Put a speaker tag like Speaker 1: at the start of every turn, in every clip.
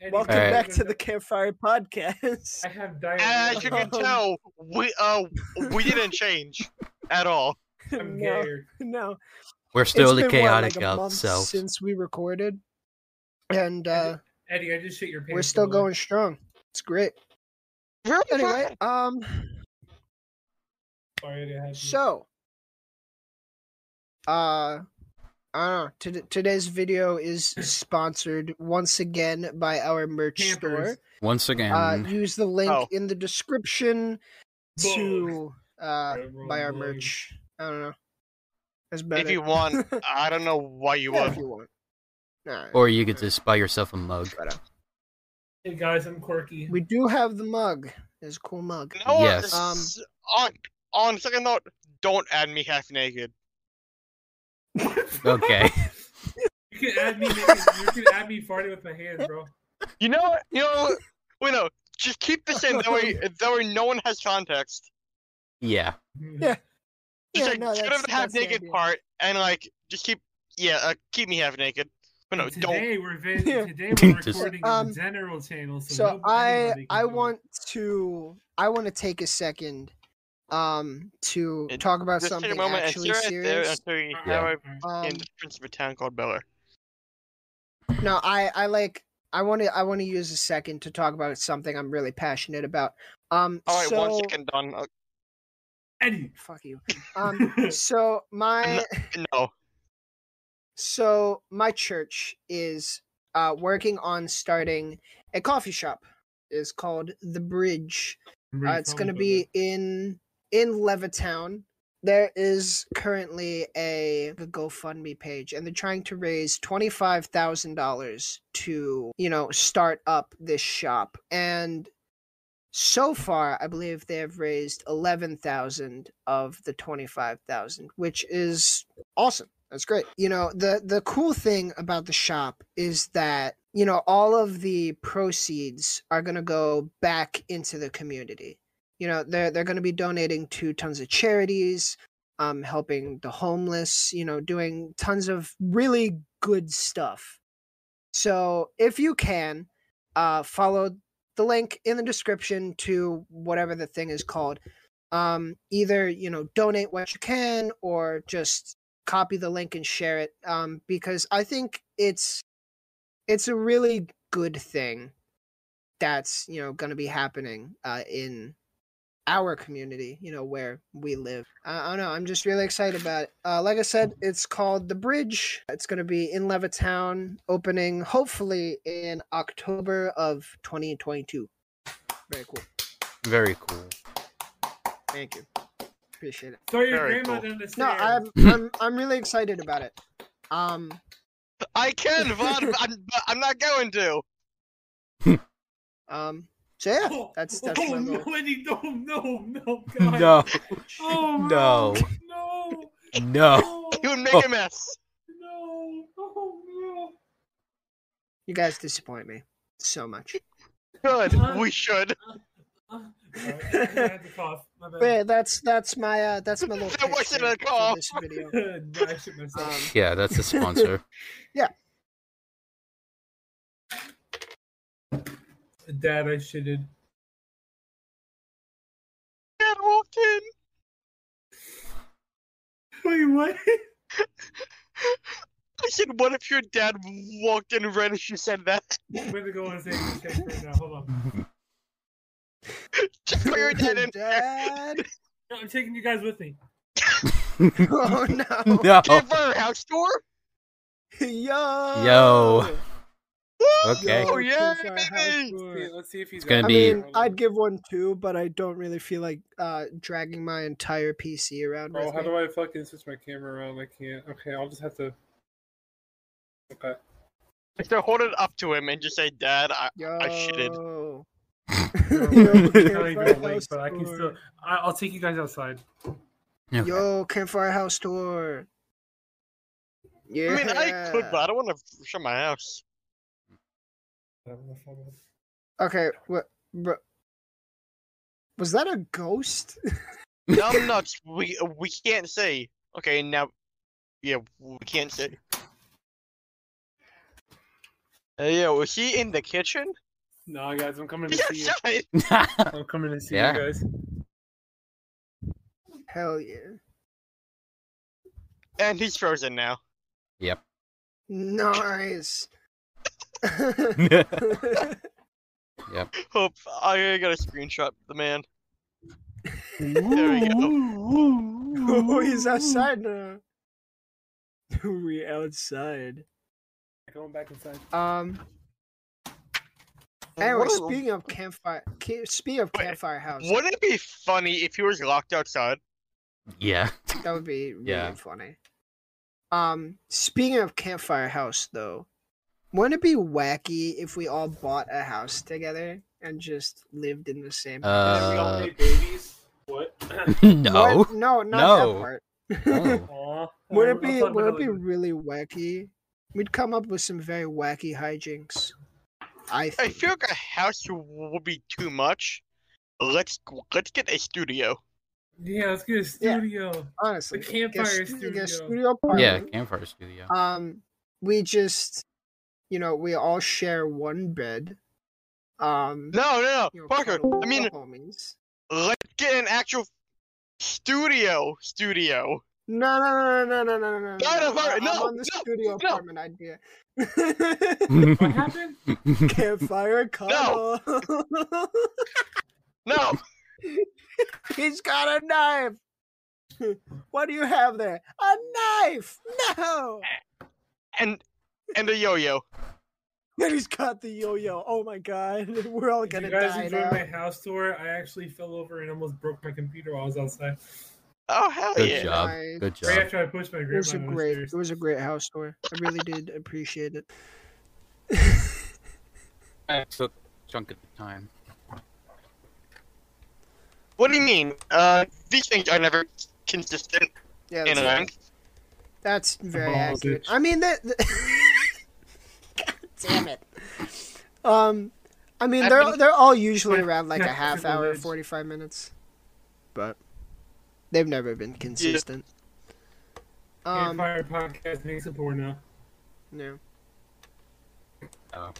Speaker 1: Anyway,
Speaker 2: Welcome
Speaker 3: Alright.
Speaker 2: back to the Campfire Podcast.
Speaker 1: I have diarrhea.
Speaker 4: As you can
Speaker 2: Um.
Speaker 4: tell, we uh we didn't change at all.
Speaker 1: I'm
Speaker 2: no,
Speaker 1: gayer.
Speaker 2: no.
Speaker 3: We're
Speaker 2: It's
Speaker 3: still
Speaker 2: been,
Speaker 3: the
Speaker 2: what,
Speaker 3: chaotic
Speaker 2: like a month
Speaker 3: ourselves.
Speaker 2: since we recorded, and uh,
Speaker 1: Eddie, I just shit your pants.
Speaker 2: we're still
Speaker 1: by the way.
Speaker 2: going strong. It's great.
Speaker 4: Really?
Speaker 2: Anyway, um,
Speaker 1: Sorry, Eddie, I had you.
Speaker 2: so, uh, I don't know. T- today's video is sponsored once again by our merch
Speaker 1: Campers.
Speaker 2: store.
Speaker 3: Once again,
Speaker 2: Uh, use the link
Speaker 4: Oh.
Speaker 2: in the description
Speaker 1: Bug.
Speaker 2: to uh,
Speaker 1: Everyone
Speaker 2: buy our
Speaker 1: bug.
Speaker 2: merch. I don't know. That's better.
Speaker 4: if you want, I don't know why you
Speaker 2: Yeah, if
Speaker 4: would.
Speaker 2: you want. Nah,
Speaker 3: or you could just buy yourself a mug.
Speaker 2: whatever.
Speaker 1: Hey guys, I'm quirky.
Speaker 2: We do have the mug. It's a cool mug.
Speaker 4: No,
Speaker 3: Yes.
Speaker 2: Um,
Speaker 4: s- on on second thought, don't add me half naked.
Speaker 3: Okay.
Speaker 1: You can add me. You can add me farting with my hand, bro.
Speaker 4: You know, what- you know. Wait, no. Just keep this in. That way, that way, no one has context.
Speaker 3: yeah.
Speaker 2: Yeah.
Speaker 4: Just
Speaker 2: Yeah,
Speaker 4: like,
Speaker 2: no,
Speaker 4: get rid
Speaker 2: that's-
Speaker 4: of the half
Speaker 2: that's the
Speaker 4: naked
Speaker 2: idea.
Speaker 4: part and like just keep. Yeah, uh, keep me half naked. But no, don't.
Speaker 1: today we're vi-
Speaker 2: Yeah.
Speaker 1: today we're
Speaker 3: Just-
Speaker 1: recording on
Speaker 2: Um,
Speaker 1: the general channel. So,
Speaker 2: So
Speaker 1: nobody-
Speaker 2: I
Speaker 1: anybody can
Speaker 2: I
Speaker 1: do it.
Speaker 2: want to I want to take a second um to
Speaker 4: And
Speaker 2: talk about
Speaker 4: Just
Speaker 2: something
Speaker 4: take a moment and
Speaker 2: actually
Speaker 4: stare at there
Speaker 2: serious.
Speaker 4: until you
Speaker 1: All
Speaker 4: have
Speaker 1: right,
Speaker 4: a
Speaker 1: all right.
Speaker 2: Um,
Speaker 4: in the difference of a town called Bella.
Speaker 2: no, I I like I want to I want to use a second to talk about something I'm really passionate about. Um
Speaker 4: All right,
Speaker 2: so,
Speaker 4: one second done. Uh,
Speaker 1: Eddie.
Speaker 2: fuck you. Um so my
Speaker 4: no,
Speaker 2: So my church is uh, working on starting a coffee shop. It's called the Bridge.
Speaker 1: I'm
Speaker 2: Uh,
Speaker 1: really
Speaker 2: it's
Speaker 1: pumped
Speaker 2: going to
Speaker 1: about
Speaker 2: be in in Levittown. There is currently a, a GoFundMe page, and they're trying to raise twenty five thousand dollars to you know start up this shop. And so far, I believe they have raised eleven thousand of the twenty five thousand, which is awesome. That's great. You know, the the cool thing about the shop is that, you know, all of the proceeds are going to go back into the community. You know, they're they're going to be donating to tons of charities, um helping the homeless, you know, doing tons of really good stuff. So, if you can, uh follow the link in the description to whatever the thing is called. Um either, you know, donate what you can or just copy the link and share it um, because I think it's it's a really good thing that's you know going to be happening uh, in our community you know where we live I, I don't know i'm just really excited about it uh, like i said it's called the bridge it's going to be in levittown opening hopefully in october of 2022 very cool
Speaker 3: Very cool.
Speaker 2: thank you appreciate it
Speaker 1: it. Throw your
Speaker 4: Very
Speaker 1: grandma
Speaker 4: cool.
Speaker 1: down the
Speaker 2: no
Speaker 1: stairs.
Speaker 2: i'm i'm, I'm really excited about it um
Speaker 4: I can, Vaughn, but I'm, but I'm not going to.
Speaker 2: Um. So yeah,
Speaker 1: Oh,
Speaker 2: that's that's my
Speaker 1: oh,
Speaker 2: goal.
Speaker 1: no, Eddie, no, no, no, God.
Speaker 3: No.
Speaker 1: Oh,
Speaker 3: No.
Speaker 1: No.
Speaker 3: No.
Speaker 1: No.
Speaker 4: You would make
Speaker 3: Oh.
Speaker 4: a mess.
Speaker 1: No. Oh, no.
Speaker 2: You guys disappoint me so much.
Speaker 4: Good.
Speaker 1: Huh?
Speaker 4: We should.
Speaker 1: Alright, I had to cough. My
Speaker 2: But yeah,
Speaker 1: bad.
Speaker 2: that's that's my uh that's my little
Speaker 4: That
Speaker 2: pitch
Speaker 4: wasn't a
Speaker 2: for
Speaker 4: call.
Speaker 2: this video.
Speaker 1: No, I shit myself.
Speaker 2: Um,
Speaker 3: Yeah, that's a sponsor.
Speaker 2: Um.
Speaker 1: Dad, I shitted.
Speaker 4: Dad walked in.
Speaker 1: Wait, what?
Speaker 4: I said, what if your dad walked in right as you said that?
Speaker 1: I'm gonna go and say this shit right now. Hold on.
Speaker 4: Just put your dad in.
Speaker 2: Dad.
Speaker 1: No, I'm taking you guys with me.
Speaker 2: Oh no.
Speaker 3: no.
Speaker 4: Did for a house tour?
Speaker 2: Yo.
Speaker 3: Yo.
Speaker 4: Woo!
Speaker 3: Okay.
Speaker 4: Oh, yeah,
Speaker 2: Kids Are House
Speaker 4: baby!
Speaker 2: Tour.
Speaker 1: Let's see if he's
Speaker 3: It's gonna
Speaker 2: I
Speaker 3: be-
Speaker 2: mean, I'd give one too, but I don't really feel like uh dragging my entire PC around.
Speaker 1: Bro,
Speaker 2: with
Speaker 1: Oh, how
Speaker 2: me.
Speaker 1: do I fucking switch my camera around? I can't. Okay, I'll just have to. Okay.
Speaker 4: So hold it up to him and just say, Dad, I,
Speaker 2: Yo.
Speaker 4: I shitted.
Speaker 2: Yo,
Speaker 1: It's not even a
Speaker 2: Campfire
Speaker 1: link,
Speaker 2: House
Speaker 1: but I can
Speaker 2: Tour.
Speaker 1: still. I- I'll take you guys outside.
Speaker 3: Okay.
Speaker 2: Yo, Campfire House Tour. Yeah.
Speaker 4: I mean, I could, but I don't want to show my house.
Speaker 2: Okay, what? Bro. Was that a ghost?
Speaker 4: Dumb nuts. We we can't say. Okay, now, Uh, yeah, we can't say. Hey, yo, was he in the kitchen?
Speaker 1: Nah, guys, I'm coming to
Speaker 4: Yes,
Speaker 1: see you.
Speaker 4: I-
Speaker 1: I'm coming to see
Speaker 3: Yeah.
Speaker 1: you guys.
Speaker 2: Hell yeah.
Speaker 4: And he's frozen now.
Speaker 2: Nice.
Speaker 4: Hope Oh, I gotta screenshot the man.
Speaker 2: oh, he's outside now. we outside.
Speaker 1: Going back inside.
Speaker 2: Um.
Speaker 4: What
Speaker 2: Anyway,
Speaker 4: a-
Speaker 2: speaking of campfire, ca- speaking of
Speaker 4: Wait,
Speaker 2: campfire house,
Speaker 4: Wouldn't it be funny if he was locked outside?
Speaker 3: yeah.
Speaker 2: that would be really
Speaker 3: Yeah.
Speaker 2: funny. Um, speaking of campfire house, though, wouldn't it be wacky if we all bought a house together and just lived in the same?
Speaker 1: we all
Speaker 3: Uh,
Speaker 1: made babies. What?
Speaker 3: no.
Speaker 2: What? no, not
Speaker 3: No.
Speaker 2: that part.
Speaker 3: No.
Speaker 1: Aw.
Speaker 2: Would
Speaker 1: I'll
Speaker 2: it be
Speaker 1: talk
Speaker 2: would
Speaker 1: about
Speaker 2: it be
Speaker 1: later.
Speaker 2: really wacky? We'd come up with some very wacky hijinks. I
Speaker 4: I
Speaker 2: think.
Speaker 4: feel like a house would be too much. Let's let's get a studio.
Speaker 1: Yeah, let's get a
Speaker 2: Yeah.
Speaker 1: studio.
Speaker 2: honestly.
Speaker 1: The
Speaker 2: get
Speaker 1: Campfire
Speaker 2: stu-
Speaker 1: Studio.
Speaker 2: get studio
Speaker 3: Yeah,
Speaker 2: apartment.
Speaker 3: campfire studio.
Speaker 2: Um, we just, you know, we all share one bed. Um,
Speaker 4: No, no,
Speaker 2: you
Speaker 4: no,
Speaker 2: know,
Speaker 4: Parker.
Speaker 2: cuddle
Speaker 4: I
Speaker 2: with
Speaker 4: mean,
Speaker 2: the homies.
Speaker 4: let's get an actual studio. Studio.
Speaker 2: No, no, no, no, no, no, no, no, no.
Speaker 4: No, no,
Speaker 2: I-
Speaker 4: Parker,
Speaker 2: I'm
Speaker 4: no,
Speaker 2: on the
Speaker 4: no,
Speaker 2: studio
Speaker 4: no.
Speaker 2: apartment idea.
Speaker 1: What happened?
Speaker 2: Campfire cuddle.
Speaker 4: No,
Speaker 2: He's got a knife. what do you have there? A knife. No.
Speaker 4: and and a yo-yo.
Speaker 2: And he's got the yo-yo. Oh my god, we're all
Speaker 1: If
Speaker 2: gonna
Speaker 1: you guys
Speaker 2: die
Speaker 1: enjoyed
Speaker 2: now.
Speaker 1: my house tour. I actually fell over and almost broke my computer while I was outside.
Speaker 4: Oh hell
Speaker 3: Good
Speaker 4: yeah!
Speaker 3: job.
Speaker 2: Nice.
Speaker 3: Good
Speaker 1: Right
Speaker 3: job.
Speaker 1: after I pushed my
Speaker 2: It
Speaker 1: grandma
Speaker 2: was a
Speaker 1: down the
Speaker 2: great,
Speaker 1: stairs.
Speaker 2: it was a great house tour. I really did appreciate it.
Speaker 3: I took a chunk at the time.
Speaker 4: What do you mean? Uh, these things are never consistent
Speaker 2: Yeah,
Speaker 4: in
Speaker 2: that's,
Speaker 4: a rank.
Speaker 2: that's very
Speaker 1: balls
Speaker 2: accurate.
Speaker 1: itch.
Speaker 2: I mean that. that- God damn it. Um, I mean
Speaker 4: I've
Speaker 2: they're
Speaker 4: been-
Speaker 2: they're all usually around like a
Speaker 1: Back to
Speaker 2: half
Speaker 1: the
Speaker 2: hour,
Speaker 1: ledge.
Speaker 2: forty five minutes, but they've never been consistent. Um,
Speaker 1: Campfire podcast makes it poor now.
Speaker 2: no,
Speaker 3: Oh,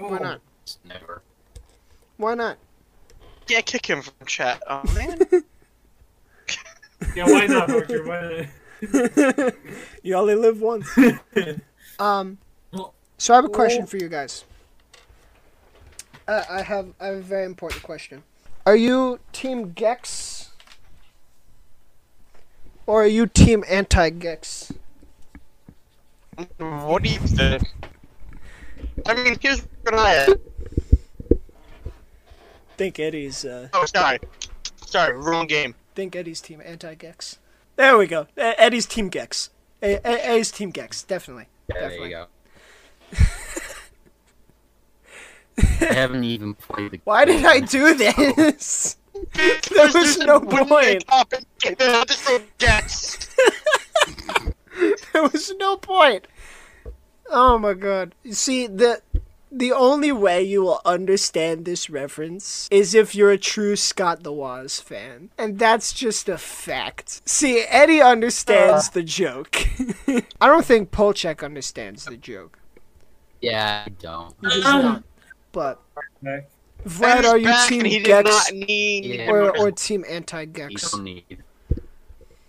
Speaker 1: Oh,
Speaker 2: why not?
Speaker 3: it's never.
Speaker 2: Why not?
Speaker 4: Yeah, kick him from chat. Oh man.
Speaker 1: Yeah, why not, Parker? Why
Speaker 2: you only live once.
Speaker 1: not?
Speaker 2: Um,
Speaker 1: Well-
Speaker 2: so I have a question for you guys. Uh, I have I have a very important question. Are you Team Gex, or are you Team Anti Gex?
Speaker 4: What do you think? I mean, here's what I am.
Speaker 2: Think Eddie's uh,
Speaker 4: Oh, sorry. Sorry, wrong game.
Speaker 2: think Eddie's Team Anti Gex. There we go. E- Eddie's Team Gex. E- E- Eddie's Team Gex, definitely.
Speaker 3: Yeah, there
Speaker 2: Definitely.
Speaker 3: you go. I haven't even played the
Speaker 2: Why did I do this? there was
Speaker 4: There's
Speaker 2: no
Speaker 4: one day
Speaker 2: point.
Speaker 4: topic, and then I'll just go Gex.
Speaker 2: there was no point. Oh my god. See, the the only way you will understand this reference is if you're a true Scott the Waz fan. And that's just a fact. See, Eddie
Speaker 4: Uh.
Speaker 2: understands the joke. I don't think Polchak understands the joke.
Speaker 3: Yeah, I don't.
Speaker 2: He does not. But
Speaker 1: Okay.
Speaker 2: Vlad,
Speaker 4: He's
Speaker 2: are you
Speaker 4: Um, back,
Speaker 2: team
Speaker 4: and he did
Speaker 2: Gex
Speaker 4: not need
Speaker 3: Yeah.
Speaker 2: or, or team anti
Speaker 3: You
Speaker 2: Gex?
Speaker 3: don't need.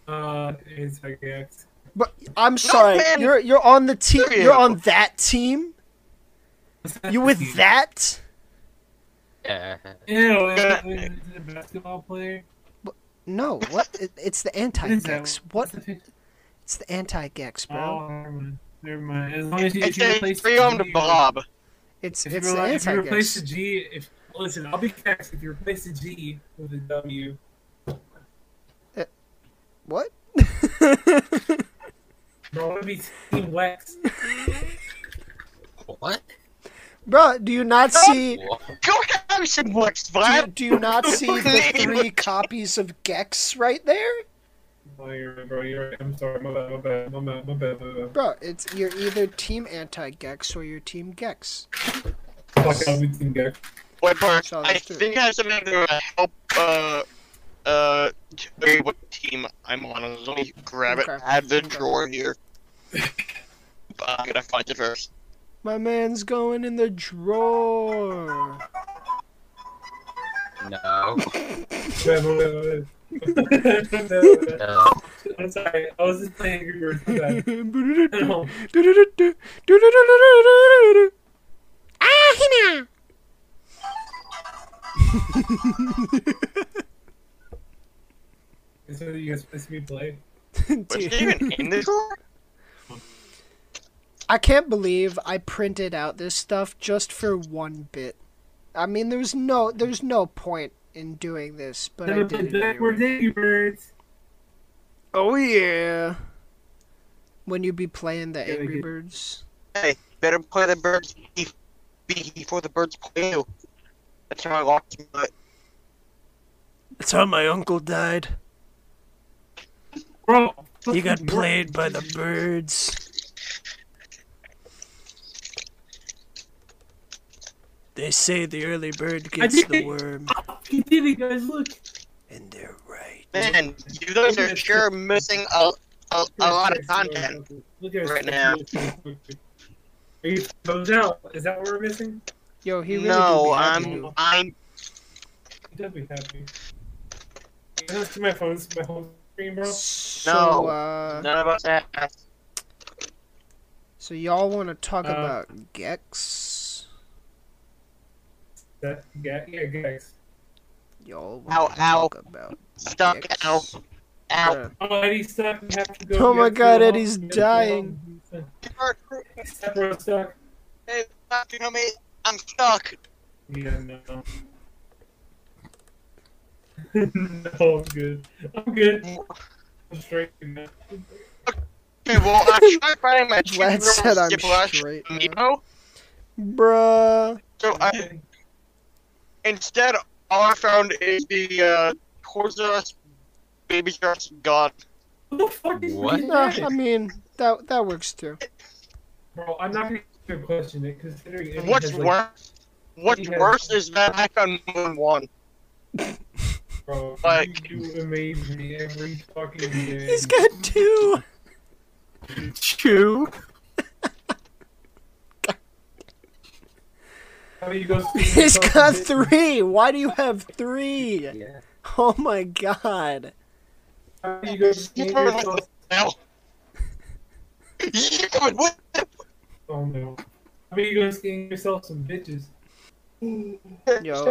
Speaker 1: Uh, it's like, yeah, it's-
Speaker 2: But I'm sorry,
Speaker 4: man.
Speaker 2: you're you're on the team.
Speaker 4: Screw
Speaker 2: You're
Speaker 4: you.
Speaker 2: on that team. You with that?
Speaker 3: Yeah.
Speaker 1: Ew, is it a basketball player?
Speaker 2: No, what? It, it's the anti-gex. What?
Speaker 1: What's the-
Speaker 2: It's the anti-gex, bro.
Speaker 1: Oh, never mind. Never mind. As long as you, if you
Speaker 4: It's
Speaker 1: replace
Speaker 4: a free arm
Speaker 1: the
Speaker 4: to
Speaker 1: G-
Speaker 4: Bob.
Speaker 2: It's
Speaker 1: If,
Speaker 2: it's
Speaker 1: you,
Speaker 2: the
Speaker 1: rela- if you replace the
Speaker 2: anti-gex.
Speaker 1: G, if listen, I'll be correct. If you replace the G with a W,
Speaker 2: What?
Speaker 1: bro, it'll be Team Wex.
Speaker 3: What?
Speaker 2: bro, do you not see?
Speaker 4: Go have some Wex,
Speaker 2: Do you,
Speaker 4: Vlad.
Speaker 2: do you not see the three copies of gex right there,
Speaker 1: Oh, you're right, bro. You're right. I'm sorry. My bad. My bad. My bad. My bad. My bad.
Speaker 2: bro? It's you're either team anti-gex or you're team gex.
Speaker 1: Fuck, I'll be Team Gex.
Speaker 4: Wait, Bart,
Speaker 2: So
Speaker 4: I
Speaker 2: let's do it.
Speaker 4: think I have something to uh, help, uh, uh, tell you what team I'm on. Let me grab it.
Speaker 2: Okay.
Speaker 4: I have the
Speaker 2: Okay.
Speaker 4: drawer here. But I'm gonna find it first.
Speaker 2: My man's going in the drawer.
Speaker 3: No.
Speaker 1: I'm
Speaker 3: no.
Speaker 1: sorry. I was just playing Angry Birds.
Speaker 2: Ah,
Speaker 1: No.
Speaker 2: Hina.
Speaker 1: Is what you guys supposed me play?
Speaker 4: Was it even in the drawer?
Speaker 2: I can't believe I printed out this stuff just for one bit. I mean, there's no there's no point in doing this, but I
Speaker 1: Never
Speaker 2: did
Speaker 1: played
Speaker 2: it anyway.
Speaker 1: backwards Angry Birds.
Speaker 2: Oh yeah. When you be playing the
Speaker 1: Yeah, we
Speaker 2: Angry
Speaker 1: did.
Speaker 2: Birds.
Speaker 4: Hey, better play the birds be- be- before the birds play you. That's how I lost my.
Speaker 2: That's how my uncle died.
Speaker 1: Bro.
Speaker 2: He got played by the birds. They say the early bird
Speaker 1: gets the
Speaker 2: worm,
Speaker 1: He did it, guys. Look.
Speaker 2: and they're right.
Speaker 4: Man, you guys are sure missing a, a, a lot of content.
Speaker 1: Look at us.
Speaker 4: right now.
Speaker 1: Are you thumbs out? Is that what we're missing?
Speaker 2: Yo, he really do be
Speaker 4: no,
Speaker 1: um,
Speaker 2: happy to.
Speaker 4: I'm I'm
Speaker 1: He does be happy. Can I just do my phone, my home screen, bro?
Speaker 2: So,
Speaker 4: no.
Speaker 2: uh,
Speaker 4: none of us have.
Speaker 2: so y'all want to talk
Speaker 1: Uh,
Speaker 2: about Gex?
Speaker 1: That, yeah, yeah, guys.
Speaker 2: Y'all
Speaker 4: Ow,
Speaker 2: want to
Speaker 4: ow.
Speaker 2: talk about
Speaker 4: Stuck
Speaker 2: Gex?
Speaker 4: out out.
Speaker 2: Uh,
Speaker 1: Oh, Eddie's stuck. We have to go.
Speaker 2: Oh
Speaker 1: we
Speaker 2: my
Speaker 1: have to
Speaker 2: God,
Speaker 1: go
Speaker 2: Eddie's
Speaker 1: home. We have to go
Speaker 2: dying.
Speaker 1: home.
Speaker 4: Hey,
Speaker 1: Step bro, stuck.
Speaker 4: fuck, you know me. I'm stuck.
Speaker 1: Yeah, no. no, I'm good. I'm good. I'm straight. man.
Speaker 4: Dude, well, I tried finding my
Speaker 2: Vlad said I'm
Speaker 4: Splash
Speaker 2: straight now.
Speaker 4: amiibo,
Speaker 2: Bruh.
Speaker 4: so I, instead all I found is the uh, Toys Baby Shark's God.
Speaker 1: What the fuck is
Speaker 3: What?
Speaker 2: No,
Speaker 1: this?
Speaker 2: I mean that that works too.
Speaker 1: Bro, I'm not gonna even question it, considering Eddie
Speaker 4: What's
Speaker 1: has, like,
Speaker 4: worse? What's
Speaker 1: he has-
Speaker 4: worse is that I found more than one.
Speaker 1: Bro,
Speaker 4: Like-
Speaker 1: you do amaze me every fucking day.
Speaker 2: He's got two. Two.
Speaker 1: How you go see
Speaker 2: He's
Speaker 1: yourself
Speaker 2: got
Speaker 1: in-
Speaker 2: three. Why do you have three?
Speaker 3: Yeah.
Speaker 2: Oh my god.
Speaker 1: How you go see
Speaker 4: He's probably
Speaker 1: yourself-
Speaker 4: like, no. You coming with him?
Speaker 1: Oh no. How you go seeing yourself some bitches?
Speaker 2: Yo,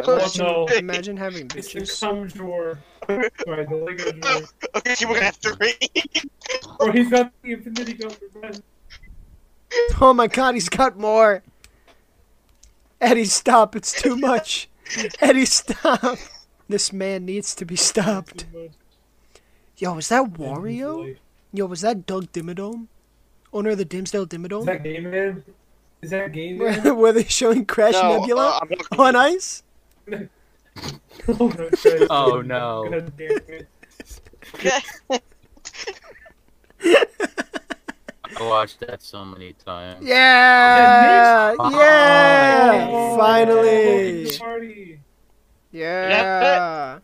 Speaker 1: Well,
Speaker 2: imagine,
Speaker 1: no.
Speaker 2: imagine having
Speaker 1: It's the
Speaker 2: bitches.
Speaker 1: cum drawer. Sorry, the Lego drawer.
Speaker 4: Okay, you were gonna have to read.
Speaker 1: Bro, he's got the infinity gun for Ben.
Speaker 2: Oh my god, he's got more. Eddie, stop. It's too much. Eddie, stop. This man needs to be stopped. Yo, is that Wario? Yo, was that Doug Dimmadome? Owner of the Dimsdale
Speaker 1: Is
Speaker 2: Dimmadome?
Speaker 1: that Game Man? Is uh, that Game Man?
Speaker 2: Where, where they showing Crash Nebula
Speaker 4: uh, I'm not
Speaker 2: on ice?
Speaker 1: Oh, no, sorry.
Speaker 3: Oh, no.
Speaker 1: God damn it.
Speaker 3: I watched that so many times.
Speaker 2: Yeah!
Speaker 3: Oh,
Speaker 2: Yeah!
Speaker 3: yeah.
Speaker 1: Welcome
Speaker 2: Finally!
Speaker 1: to the party.
Speaker 2: Yeah!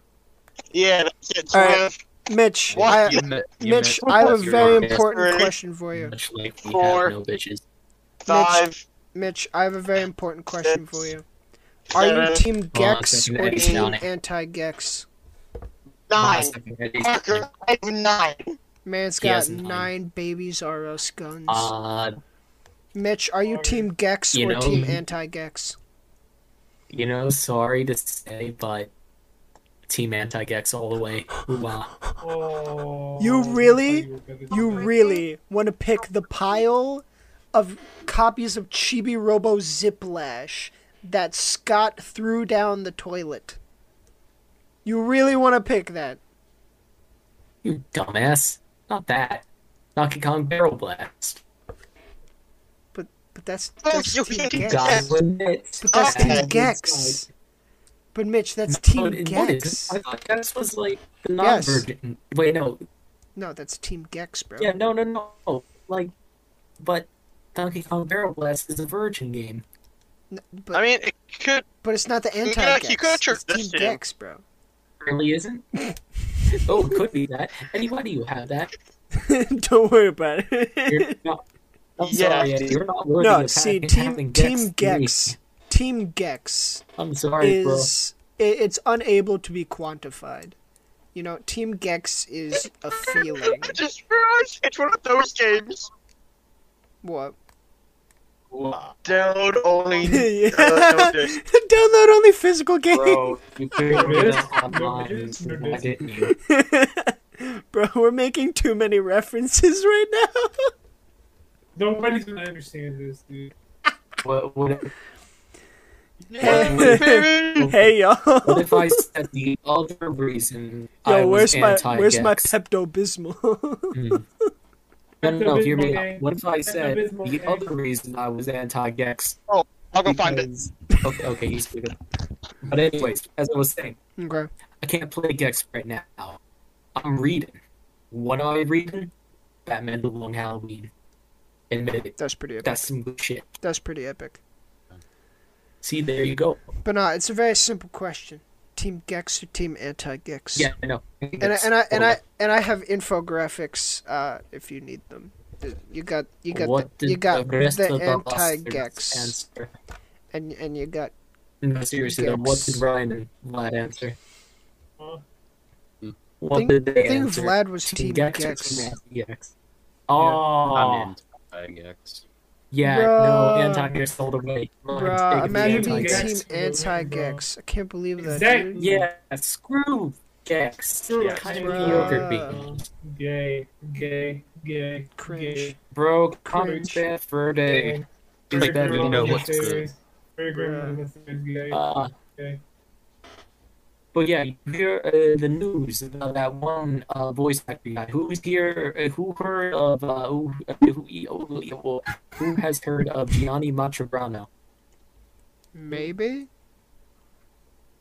Speaker 4: Yeah, that's it. So
Speaker 2: All right. Mitch,
Speaker 4: What?
Speaker 2: I,
Speaker 3: You mi- you
Speaker 2: Mitch,
Speaker 3: missed
Speaker 2: I have a
Speaker 3: what you
Speaker 2: very
Speaker 3: were missing.
Speaker 2: important
Speaker 4: Three.
Speaker 2: question for you.
Speaker 3: Much like we
Speaker 4: Four.
Speaker 3: have no bitches.
Speaker 4: Five.
Speaker 2: Mitch, I have a very important question for you. Are you
Speaker 4: Seven.
Speaker 2: Team
Speaker 3: Hold on,
Speaker 2: Gex
Speaker 3: second
Speaker 2: or
Speaker 3: edit
Speaker 2: Team
Speaker 3: down.
Speaker 2: anti Gex?
Speaker 4: Nine.
Speaker 3: Fucker.
Speaker 4: Parker, I have nine.
Speaker 2: Man's
Speaker 3: He
Speaker 2: got
Speaker 3: has nine.
Speaker 2: nine babies R Us guns.
Speaker 3: Uh,
Speaker 2: Mitch, are you
Speaker 1: Sorry.
Speaker 2: Team Gex
Speaker 5: You
Speaker 2: or
Speaker 5: know-
Speaker 2: Team anti Gex?
Speaker 5: You know, sorry to say, but Team Anti-Gex all the way. Ooh, uh,
Speaker 1: Oh,
Speaker 2: You
Speaker 1: I thought
Speaker 2: really-
Speaker 1: were gonna
Speaker 2: You
Speaker 1: do that.
Speaker 2: really want to pick the pile of copies of Chibi Robo Ziplash that Scott threw down the toilet. You really want to pick that.
Speaker 5: you dumbass. Not that. Donkey Kong Barrel Blast.
Speaker 2: But that's,
Speaker 4: Oh,
Speaker 2: that's
Speaker 4: you
Speaker 2: Team
Speaker 4: can't
Speaker 5: You
Speaker 2: Gex.
Speaker 5: gotta admit.
Speaker 2: But that's
Speaker 4: Okay.
Speaker 2: Team Gex. But Mitch, that's
Speaker 5: Oh,
Speaker 2: Team Gex.
Speaker 5: I thought Gex was like the
Speaker 2: Yes.
Speaker 5: non-virgin. Wait, no.
Speaker 2: No, that's Team Gex, bro.
Speaker 5: Yeah, no, no, no. Like, but Donkey Kong Barrel Blast is a virgin game.
Speaker 2: N- but,
Speaker 4: I mean, it could.
Speaker 2: but it's not the
Speaker 4: mean,
Speaker 2: anti
Speaker 4: like, you could've
Speaker 2: Gex. It's
Speaker 4: tricked
Speaker 2: Team
Speaker 4: us in.
Speaker 2: Gex, bro.
Speaker 5: Really isn't? oh, it could be that. Anyway, do you have that?
Speaker 2: Don't worry about
Speaker 5: You're not, I'm
Speaker 4: Yeah.
Speaker 5: sorry, Eddie. You're not worthy
Speaker 2: No,
Speaker 5: of
Speaker 2: see,
Speaker 5: having,
Speaker 2: team
Speaker 5: having
Speaker 2: team
Speaker 5: three.
Speaker 2: Gex, team Gex
Speaker 5: I'm sorry, bro.
Speaker 2: is i- it's unable to be quantified. You know, team Gex is a feeling.
Speaker 4: I just realized it's one of those games.
Speaker 2: What?
Speaker 4: Download only. no disc.
Speaker 2: Download only physical game.
Speaker 5: Bro, you figured
Speaker 1: There
Speaker 5: it
Speaker 1: is-
Speaker 5: out
Speaker 1: there
Speaker 5: online.
Speaker 1: is- there
Speaker 5: Why
Speaker 1: is.
Speaker 5: didn't you?
Speaker 2: Bro, we're making too many references right now.
Speaker 1: Nobody's gonna understand this, dude.
Speaker 5: What, what,
Speaker 4: Yeah, baby.
Speaker 2: hey y'all.
Speaker 5: what if I said the other reason I
Speaker 2: Yo,
Speaker 5: was
Speaker 2: where's my
Speaker 5: anti
Speaker 2: where's my
Speaker 5: Gex?
Speaker 2: Pepto Bismol?
Speaker 5: Mm. No, no, no, hear
Speaker 1: Pepto-Bismol
Speaker 5: me out.
Speaker 1: gang.
Speaker 5: What if I said
Speaker 1: Pepto-Bismol
Speaker 5: the
Speaker 1: gang.
Speaker 5: other reason I was anti Gex?
Speaker 4: I'll go find it.
Speaker 5: Okay, okay, he's good. But, anyways, as I was saying,
Speaker 2: okay.
Speaker 5: I can't play Gex right now. I'm reading. What am I reading? Batman The Long Halloween. Admit it.
Speaker 2: That's pretty epic.
Speaker 5: That's some good shit.
Speaker 2: That's pretty epic.
Speaker 5: See, there you go.
Speaker 2: But nah, it's a very simple question. Team Gex or Team Anti Gex?
Speaker 5: Yeah, I know.
Speaker 2: And I, and I and I and I have infographics uh, if you need them. You got you got
Speaker 5: what
Speaker 2: the,
Speaker 5: did
Speaker 2: you got
Speaker 5: the rest of the
Speaker 2: anti
Speaker 5: bastards
Speaker 2: Gex
Speaker 5: answer?
Speaker 2: and and you got
Speaker 5: No, seriously, though, what did
Speaker 2: Gex.
Speaker 5: Ryan and Vlad answer?
Speaker 1: Huh?
Speaker 5: What
Speaker 2: Think-
Speaker 5: did
Speaker 2: I
Speaker 5: they
Speaker 2: think
Speaker 5: answer?
Speaker 2: Vlad was
Speaker 5: Team
Speaker 2: Team
Speaker 5: Gex. or
Speaker 2: Gex.
Speaker 5: Team Anti-Gex? Oh,
Speaker 3: I'm in. I guess.
Speaker 5: yeah,
Speaker 2: Bruh.
Speaker 5: no, anti-Gex all the way. Ryan's
Speaker 2: Bruh,
Speaker 5: taking the
Speaker 2: imagine being
Speaker 5: anti-Gex.
Speaker 2: Team
Speaker 1: Anti-Gex.
Speaker 2: Anti Gex. I can't believe that.
Speaker 1: Exactly.
Speaker 2: dude.
Speaker 5: Yeah, screw Gex. Still
Speaker 1: Yeah,
Speaker 5: kind of
Speaker 1: screw
Speaker 5: mediocre
Speaker 2: Bruh.
Speaker 5: being.
Speaker 1: Gay, gay, gay,
Speaker 2: Cringe.
Speaker 5: Bro,
Speaker 2: Cringe.
Speaker 5: comment bad for a
Speaker 1: gay.
Speaker 5: day.
Speaker 1: Gay.
Speaker 5: He's like that
Speaker 1: Very
Speaker 3: You know
Speaker 1: grim
Speaker 3: what's good.
Speaker 1: theories. Very grim
Speaker 2: Yeah.
Speaker 1: theories, gay,
Speaker 5: Uh,
Speaker 1: gay.
Speaker 5: But yeah, you hear uh, the news about that one uh, voice actor guy. Who's here? Uh, who heard of? Uh, who, uh, who, who, who has heard of Gianni Matrobrano?
Speaker 2: Maybe.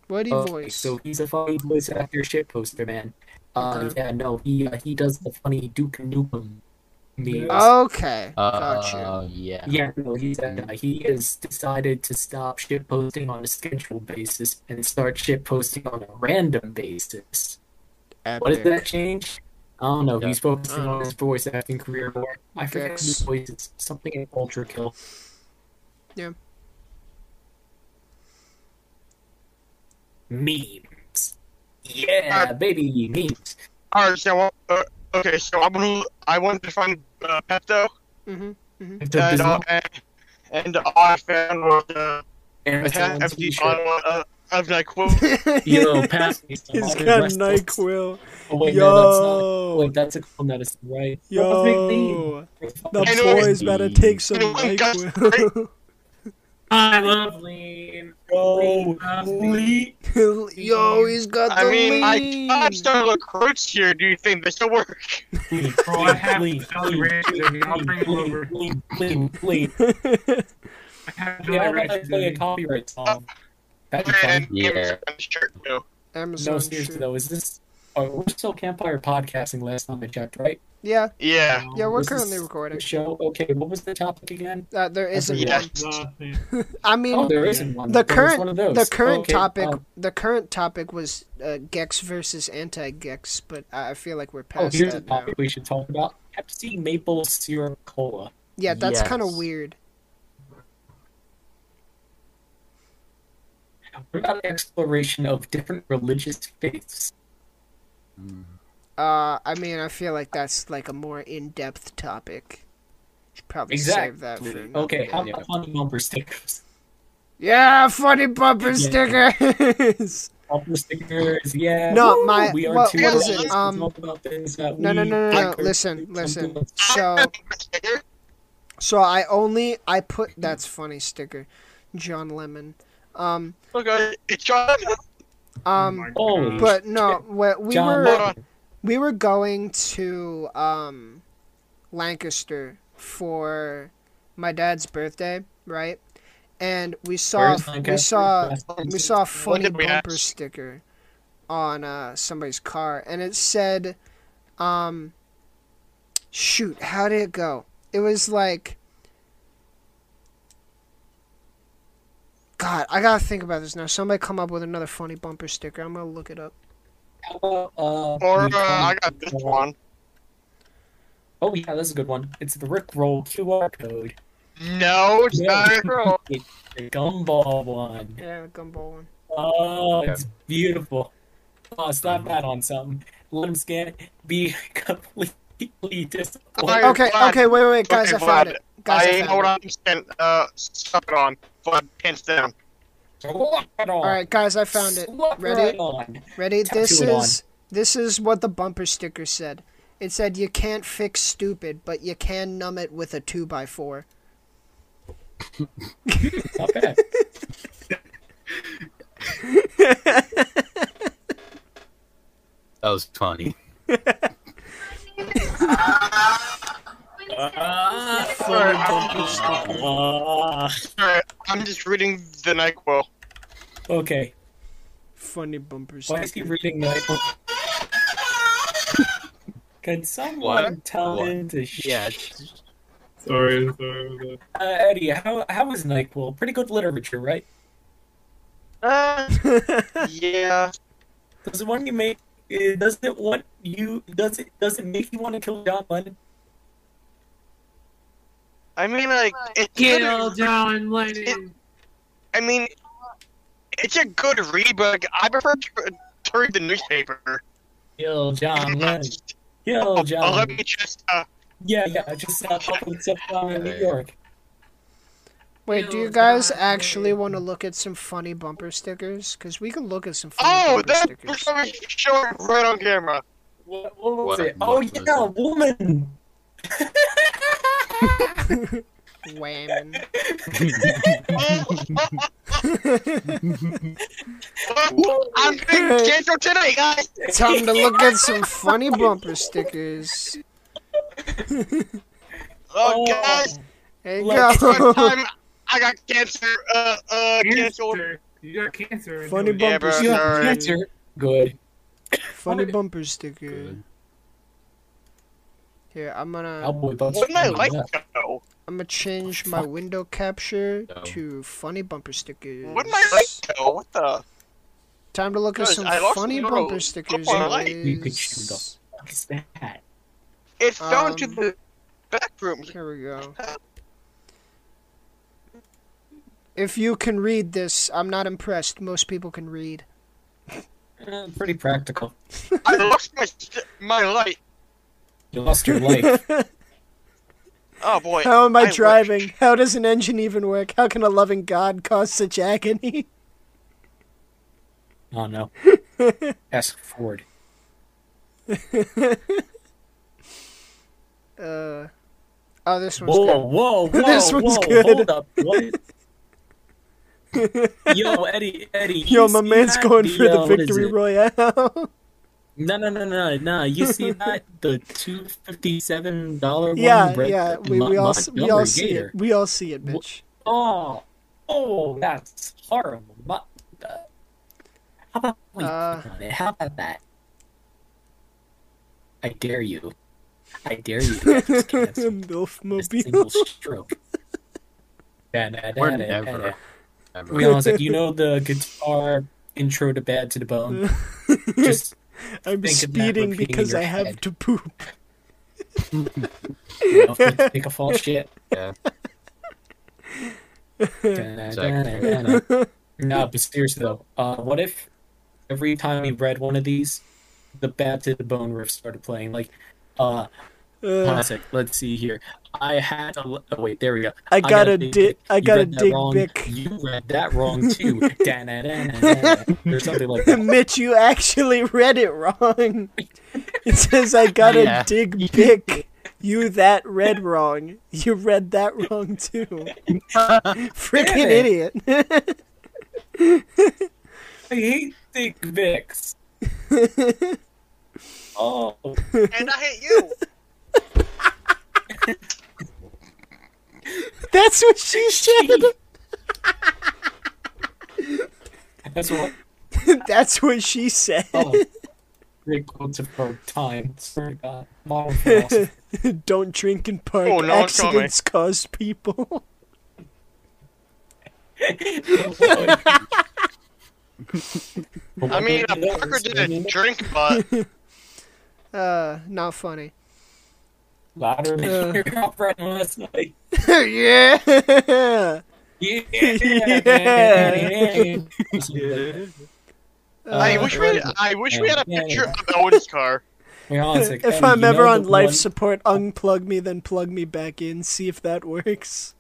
Speaker 2: What do you
Speaker 5: Okay,
Speaker 2: voice?
Speaker 5: so he's a funny voice actor, shit poster man. Uh,
Speaker 2: Okay.
Speaker 5: yeah, no, he uh, he does the funny Duke Nukem memes.
Speaker 2: Oh. Okay, gotcha.
Speaker 3: Uh, yeah.
Speaker 5: Yeah, no, he's that guy. He has decided to stop shit posting on a scheduled basis and start shit posting on a random basis. What does that change? I don't know.
Speaker 3: Yeah.
Speaker 5: He's focusing on
Speaker 2: Um,
Speaker 5: his voice acting career more. I forget
Speaker 2: Gex.
Speaker 5: his voice. It's something in Ultra Kill.
Speaker 2: Yeah.
Speaker 5: Memes. Yeah,
Speaker 2: Uh,
Speaker 5: baby, memes.
Speaker 4: Alright, so uh, okay, so I'm gonna I want to find uh, Pepto,
Speaker 2: hmm
Speaker 4: and, uh, and, and all I found was uh,
Speaker 5: And
Speaker 4: a
Speaker 5: it's on
Speaker 4: half empty
Speaker 5: t-shirt.
Speaker 4: bottle uh, of Nyquil.
Speaker 2: Mm-hmm.
Speaker 5: Yo, pass me some.
Speaker 2: He's
Speaker 5: I'll be
Speaker 2: got
Speaker 5: restless.
Speaker 2: NyQuil.
Speaker 5: Oh, wait, no, that's not.
Speaker 2: Yo,
Speaker 5: Wait, that's a cool medicine, right? Oh,
Speaker 2: yo, the
Speaker 4: Hey, no,
Speaker 2: boys better take some
Speaker 4: Anyone got-
Speaker 2: NyQuil.
Speaker 1: I love lean.
Speaker 5: Yo,
Speaker 1: Lean.
Speaker 2: yo, he's got the
Speaker 4: I mean,
Speaker 2: lean.
Speaker 4: I got some recruits here. Do you think this will work?
Speaker 1: Oh, I have Jolly Ranchers and I'll bring them over. I have
Speaker 5: Yeah,
Speaker 1: Jolly
Speaker 5: I'm gonna
Speaker 1: Ranchers.
Speaker 5: play a copyright song. That'd be fun.
Speaker 4: And give us
Speaker 3: Yeah.
Speaker 4: a shirt, too.
Speaker 2: Amazon.
Speaker 5: No, seriously
Speaker 2: shirt.
Speaker 5: though, is this? Oh, we're still campfire podcasting last time I checked, right?
Speaker 2: Yeah,
Speaker 4: Yeah.
Speaker 2: yeah, we're
Speaker 5: Oh, This is
Speaker 2: currently
Speaker 5: the
Speaker 2: recording.
Speaker 5: show. Okay, what was the topic again?
Speaker 2: Uh, there isn't
Speaker 5: Yeah.
Speaker 2: one.
Speaker 1: Nothing.
Speaker 2: I
Speaker 5: Oh,
Speaker 2: mean,
Speaker 5: there isn't one.
Speaker 2: the
Speaker 5: There was
Speaker 2: current-
Speaker 5: one of those.
Speaker 2: the current
Speaker 5: Okay,
Speaker 2: topic,
Speaker 5: um,
Speaker 2: the current topic was uh, Gex versus anti-Gex, but I I feel like we're
Speaker 5: oh,
Speaker 2: past
Speaker 5: here's a
Speaker 2: that now.
Speaker 5: topic we should talk about: Pepsi maple syrup cola.
Speaker 2: Yeah, that's kind of
Speaker 3: Yes.
Speaker 2: weird.
Speaker 5: What about exploration of different religious faiths?
Speaker 3: Mm.
Speaker 2: Uh, I mean, I feel like that's like a more in-depth topic. Should probably save that for
Speaker 5: Exactly.
Speaker 2: another
Speaker 5: Okay,
Speaker 2: day.
Speaker 5: how about funny bumper stickers?
Speaker 2: Yeah, funny bumper
Speaker 5: Yeah.
Speaker 2: stickers.
Speaker 5: Bumper stickers, yeah.
Speaker 2: No,
Speaker 5: woo,
Speaker 2: my-
Speaker 5: we are
Speaker 2: what
Speaker 5: two
Speaker 4: was
Speaker 5: guys
Speaker 4: it?
Speaker 5: who
Speaker 2: Um,
Speaker 5: talk about things that
Speaker 2: no, no,
Speaker 5: we
Speaker 2: no, no, no,
Speaker 5: think are
Speaker 2: listen,
Speaker 5: something
Speaker 2: listen.
Speaker 5: that's
Speaker 2: So, so I only I put that's funny sticker, John Lemon. Um,
Speaker 4: Look, uh, it's John.
Speaker 2: um,
Speaker 5: Oh,
Speaker 1: God.
Speaker 2: but no, we, we
Speaker 5: John
Speaker 2: were
Speaker 5: Lennon.
Speaker 2: we were going to um, Lancaster for my dad's birthday, right? And we saw
Speaker 5: Where's
Speaker 2: we
Speaker 5: Lancaster?
Speaker 2: saw
Speaker 5: Lancaster.
Speaker 2: we saw a funny
Speaker 4: did we
Speaker 2: bumper
Speaker 4: ask?
Speaker 2: sticker on uh, somebody's car, and it said, um, "Shoot, how did it go?" It was like, God, I gotta think about this now. Somebody come up with another funny bumper sticker. I'm gonna look it up.
Speaker 5: How about, uh,
Speaker 4: Or uh,
Speaker 5: we
Speaker 4: I
Speaker 5: come-
Speaker 4: got this one.
Speaker 5: Oh yeah, that's a good one. It's the Rickroll QR code.
Speaker 4: No, it's
Speaker 5: Yeah.
Speaker 4: not a girl.
Speaker 5: The gumball one.
Speaker 2: Yeah, gumball one.
Speaker 5: Oh, it's beautiful. Oh, slap that on something. Let him scan it. Be completely disappointed.
Speaker 4: You're
Speaker 2: Okay,
Speaker 4: glad.
Speaker 2: okay, wait, wait, wait, guys,
Speaker 4: Okay,
Speaker 2: I found
Speaker 4: Vlad,
Speaker 2: it. Guys, I,
Speaker 4: I
Speaker 2: found
Speaker 4: hold
Speaker 2: it.
Speaker 4: on, and uh, stuff it on. But pants down.
Speaker 5: Slap it on.
Speaker 2: All right, guys, I found it.
Speaker 5: Slap
Speaker 2: Ready?
Speaker 5: right on.
Speaker 2: Ready?
Speaker 5: Tattoo
Speaker 2: This
Speaker 5: it on.
Speaker 2: is this is what the bumper sticker said. It said, "You can't fix stupid, but you can numb it with a two by four.
Speaker 5: Not bad.
Speaker 3: That was funny.
Speaker 5: ah, full
Speaker 4: Alright,
Speaker 5: bumper sticker. Ah.
Speaker 4: Alright, I'm just reading the NyQuil.
Speaker 5: Okay.
Speaker 2: Funny bumper
Speaker 5: Why is he
Speaker 2: sticker.
Speaker 5: reading that? Can someone
Speaker 3: What?
Speaker 5: tell
Speaker 3: What?
Speaker 5: him to sh-
Speaker 3: Yeah.
Speaker 1: Sorry, sorry.
Speaker 5: Uh, Eddie, how how is Nyquil? Pretty good literature, right?
Speaker 4: Uh, yeah.
Speaker 5: Does it want you make? uh, Does it want you? Does it does it make you want to kill John Lennon?
Speaker 4: I mean, like, it's
Speaker 6: Kill
Speaker 4: good-
Speaker 6: John Lennon.
Speaker 4: I mean, it's a good read, but like, I prefer to, to read the newspaper.
Speaker 5: Kill John Lennon.
Speaker 4: Oh,
Speaker 5: Kill John.
Speaker 4: let me just, uh,
Speaker 5: Yeah, yeah. Just uh, public stuff down in New York.
Speaker 2: Wait, do you guys actually want to look at some funny bumper stickers? Because we can look at some funny
Speaker 4: oh,
Speaker 2: bumper
Speaker 4: that's
Speaker 2: stickers.
Speaker 4: showing right on camera.
Speaker 5: What, what was
Speaker 3: What?
Speaker 5: it? Oh
Speaker 3: What was
Speaker 5: yeah,
Speaker 3: it?
Speaker 5: woman.
Speaker 2: Whamming.
Speaker 4: Oh. I'm being canceled today, guys.
Speaker 2: Time to look at some funny bumper stickers.
Speaker 4: Oh, guys,
Speaker 2: There you
Speaker 5: Let's
Speaker 4: first
Speaker 2: go.
Speaker 4: time I got cancer. Uh, uh, canceled.
Speaker 1: Cancer. You got cancer.
Speaker 2: Funny
Speaker 1: Anyway.
Speaker 4: Yeah,
Speaker 2: bumper
Speaker 4: bro,
Speaker 2: sticker.
Speaker 4: sorry.
Speaker 5: That's her. Good.
Speaker 2: Funny bumper sticker.
Speaker 3: Good.
Speaker 2: Here, I'm gonna
Speaker 5: Cowboy bumps.
Speaker 4: Wouldn't I
Speaker 5: Oh,
Speaker 4: like
Speaker 5: yeah.
Speaker 4: though?
Speaker 2: I'm gonna change my window capture
Speaker 3: No.
Speaker 2: to funny bumper stickers.
Speaker 4: Wouldn't I like though? What the?
Speaker 2: Time to look at
Speaker 4: Guys,
Speaker 2: some
Speaker 4: I lost
Speaker 2: funny
Speaker 4: my
Speaker 2: bumper
Speaker 4: little
Speaker 2: stickers.
Speaker 4: football light.
Speaker 5: You could shoot
Speaker 2: guys.
Speaker 5: What is that?
Speaker 4: It fell into
Speaker 2: Um,
Speaker 4: the back room.
Speaker 2: Here we go. If you can read this, I'm not impressed. Most people can read.
Speaker 5: Uh, pretty practical.
Speaker 4: I lost my st- my light.
Speaker 5: You lost your life.
Speaker 4: Oh boy.
Speaker 2: How am I,
Speaker 4: wish.
Speaker 2: driving? How does an engine even work? How can a loving God cause such agony?
Speaker 5: Oh no. Ask Ford.
Speaker 2: Uh, oh, this one's
Speaker 5: Whoa, whoa, whoa,
Speaker 2: This
Speaker 5: whoa,
Speaker 2: one's good.
Speaker 5: hold up. What? Yo, Eddie, Eddie.
Speaker 2: good. Yo,
Speaker 5: you
Speaker 2: my
Speaker 5: see
Speaker 2: man's
Speaker 5: that?
Speaker 2: going for
Speaker 5: uh,
Speaker 2: the
Speaker 5: what is
Speaker 2: victory
Speaker 5: it?
Speaker 2: royale.
Speaker 5: No, no, no, no, no. You see that? The two fifty-seven dollar
Speaker 2: yeah,
Speaker 5: one. right?
Speaker 2: yeah. We,
Speaker 5: Mon-
Speaker 2: we all s- we
Speaker 5: Montgomery
Speaker 2: all see
Speaker 5: Gator.
Speaker 2: it. We all see it,
Speaker 5: Wh-
Speaker 2: bitch.
Speaker 5: Oh, oh, that's horrible. But, uh, how about we
Speaker 2: Uh.
Speaker 5: click on it? How about that? I dare you. I dare you. to have this cancer. a single
Speaker 2: Milfmobile.
Speaker 5: stroke. Da-da-da-da-da.
Speaker 3: Or
Speaker 2: eh,
Speaker 3: never. Never.
Speaker 5: We all was like, you know the guitar intro to Bad to the Bone? Just
Speaker 2: I'm
Speaker 5: that
Speaker 2: speeding
Speaker 5: repeating in
Speaker 2: because
Speaker 5: your
Speaker 2: I have
Speaker 5: head.
Speaker 2: to poop.
Speaker 5: you know, take a false shit.
Speaker 3: Yeah.
Speaker 5: Da-da-da-da-da. No, but seriously though, uh, what if every time we read one of these, the Bad to the Bone riff started playing? Like, uh, hold on
Speaker 2: Uh,
Speaker 5: a sec, let's see here. I had a. l- Oh, wait, there we go.
Speaker 2: I got
Speaker 5: a
Speaker 2: a dig. I got a dig bick.
Speaker 5: You read that wrong too. Da-na-na-na-na. or something like that.
Speaker 2: Mitch, you actually read it wrong. It says I gotta
Speaker 3: Yeah.
Speaker 2: dig pick. You that read wrong. You read that wrong too. Freaking
Speaker 5: Damn it.
Speaker 2: idiot.
Speaker 5: I hate thick Vicks. oh,
Speaker 4: And I hate you.
Speaker 2: That's what she said.
Speaker 5: that's what.
Speaker 2: That's what she said.
Speaker 5: Oh, great quotes of our time. Swear to God, modern philosophy.
Speaker 2: Don't drink and park.
Speaker 4: Oh, no, it's coming.
Speaker 2: Accidents cause people.
Speaker 4: I mean, a fucker didn't drink, but
Speaker 2: Uh, not funny.
Speaker 5: louder than
Speaker 2: Uh.
Speaker 5: your girlfriend last night.
Speaker 2: yeah.
Speaker 5: Yeah.
Speaker 2: Yeah.
Speaker 4: I
Speaker 2: Uh,
Speaker 4: wish we had, I wish we had a
Speaker 5: Yeah, yeah.
Speaker 4: picture of Owen's car.
Speaker 5: Wait, hold on a sec.
Speaker 2: if
Speaker 5: Hey,
Speaker 2: I'm
Speaker 5: you
Speaker 2: ever
Speaker 5: know
Speaker 2: on
Speaker 5: the
Speaker 2: life
Speaker 5: one-
Speaker 2: support, unplug me, then plug me back in. See if that works.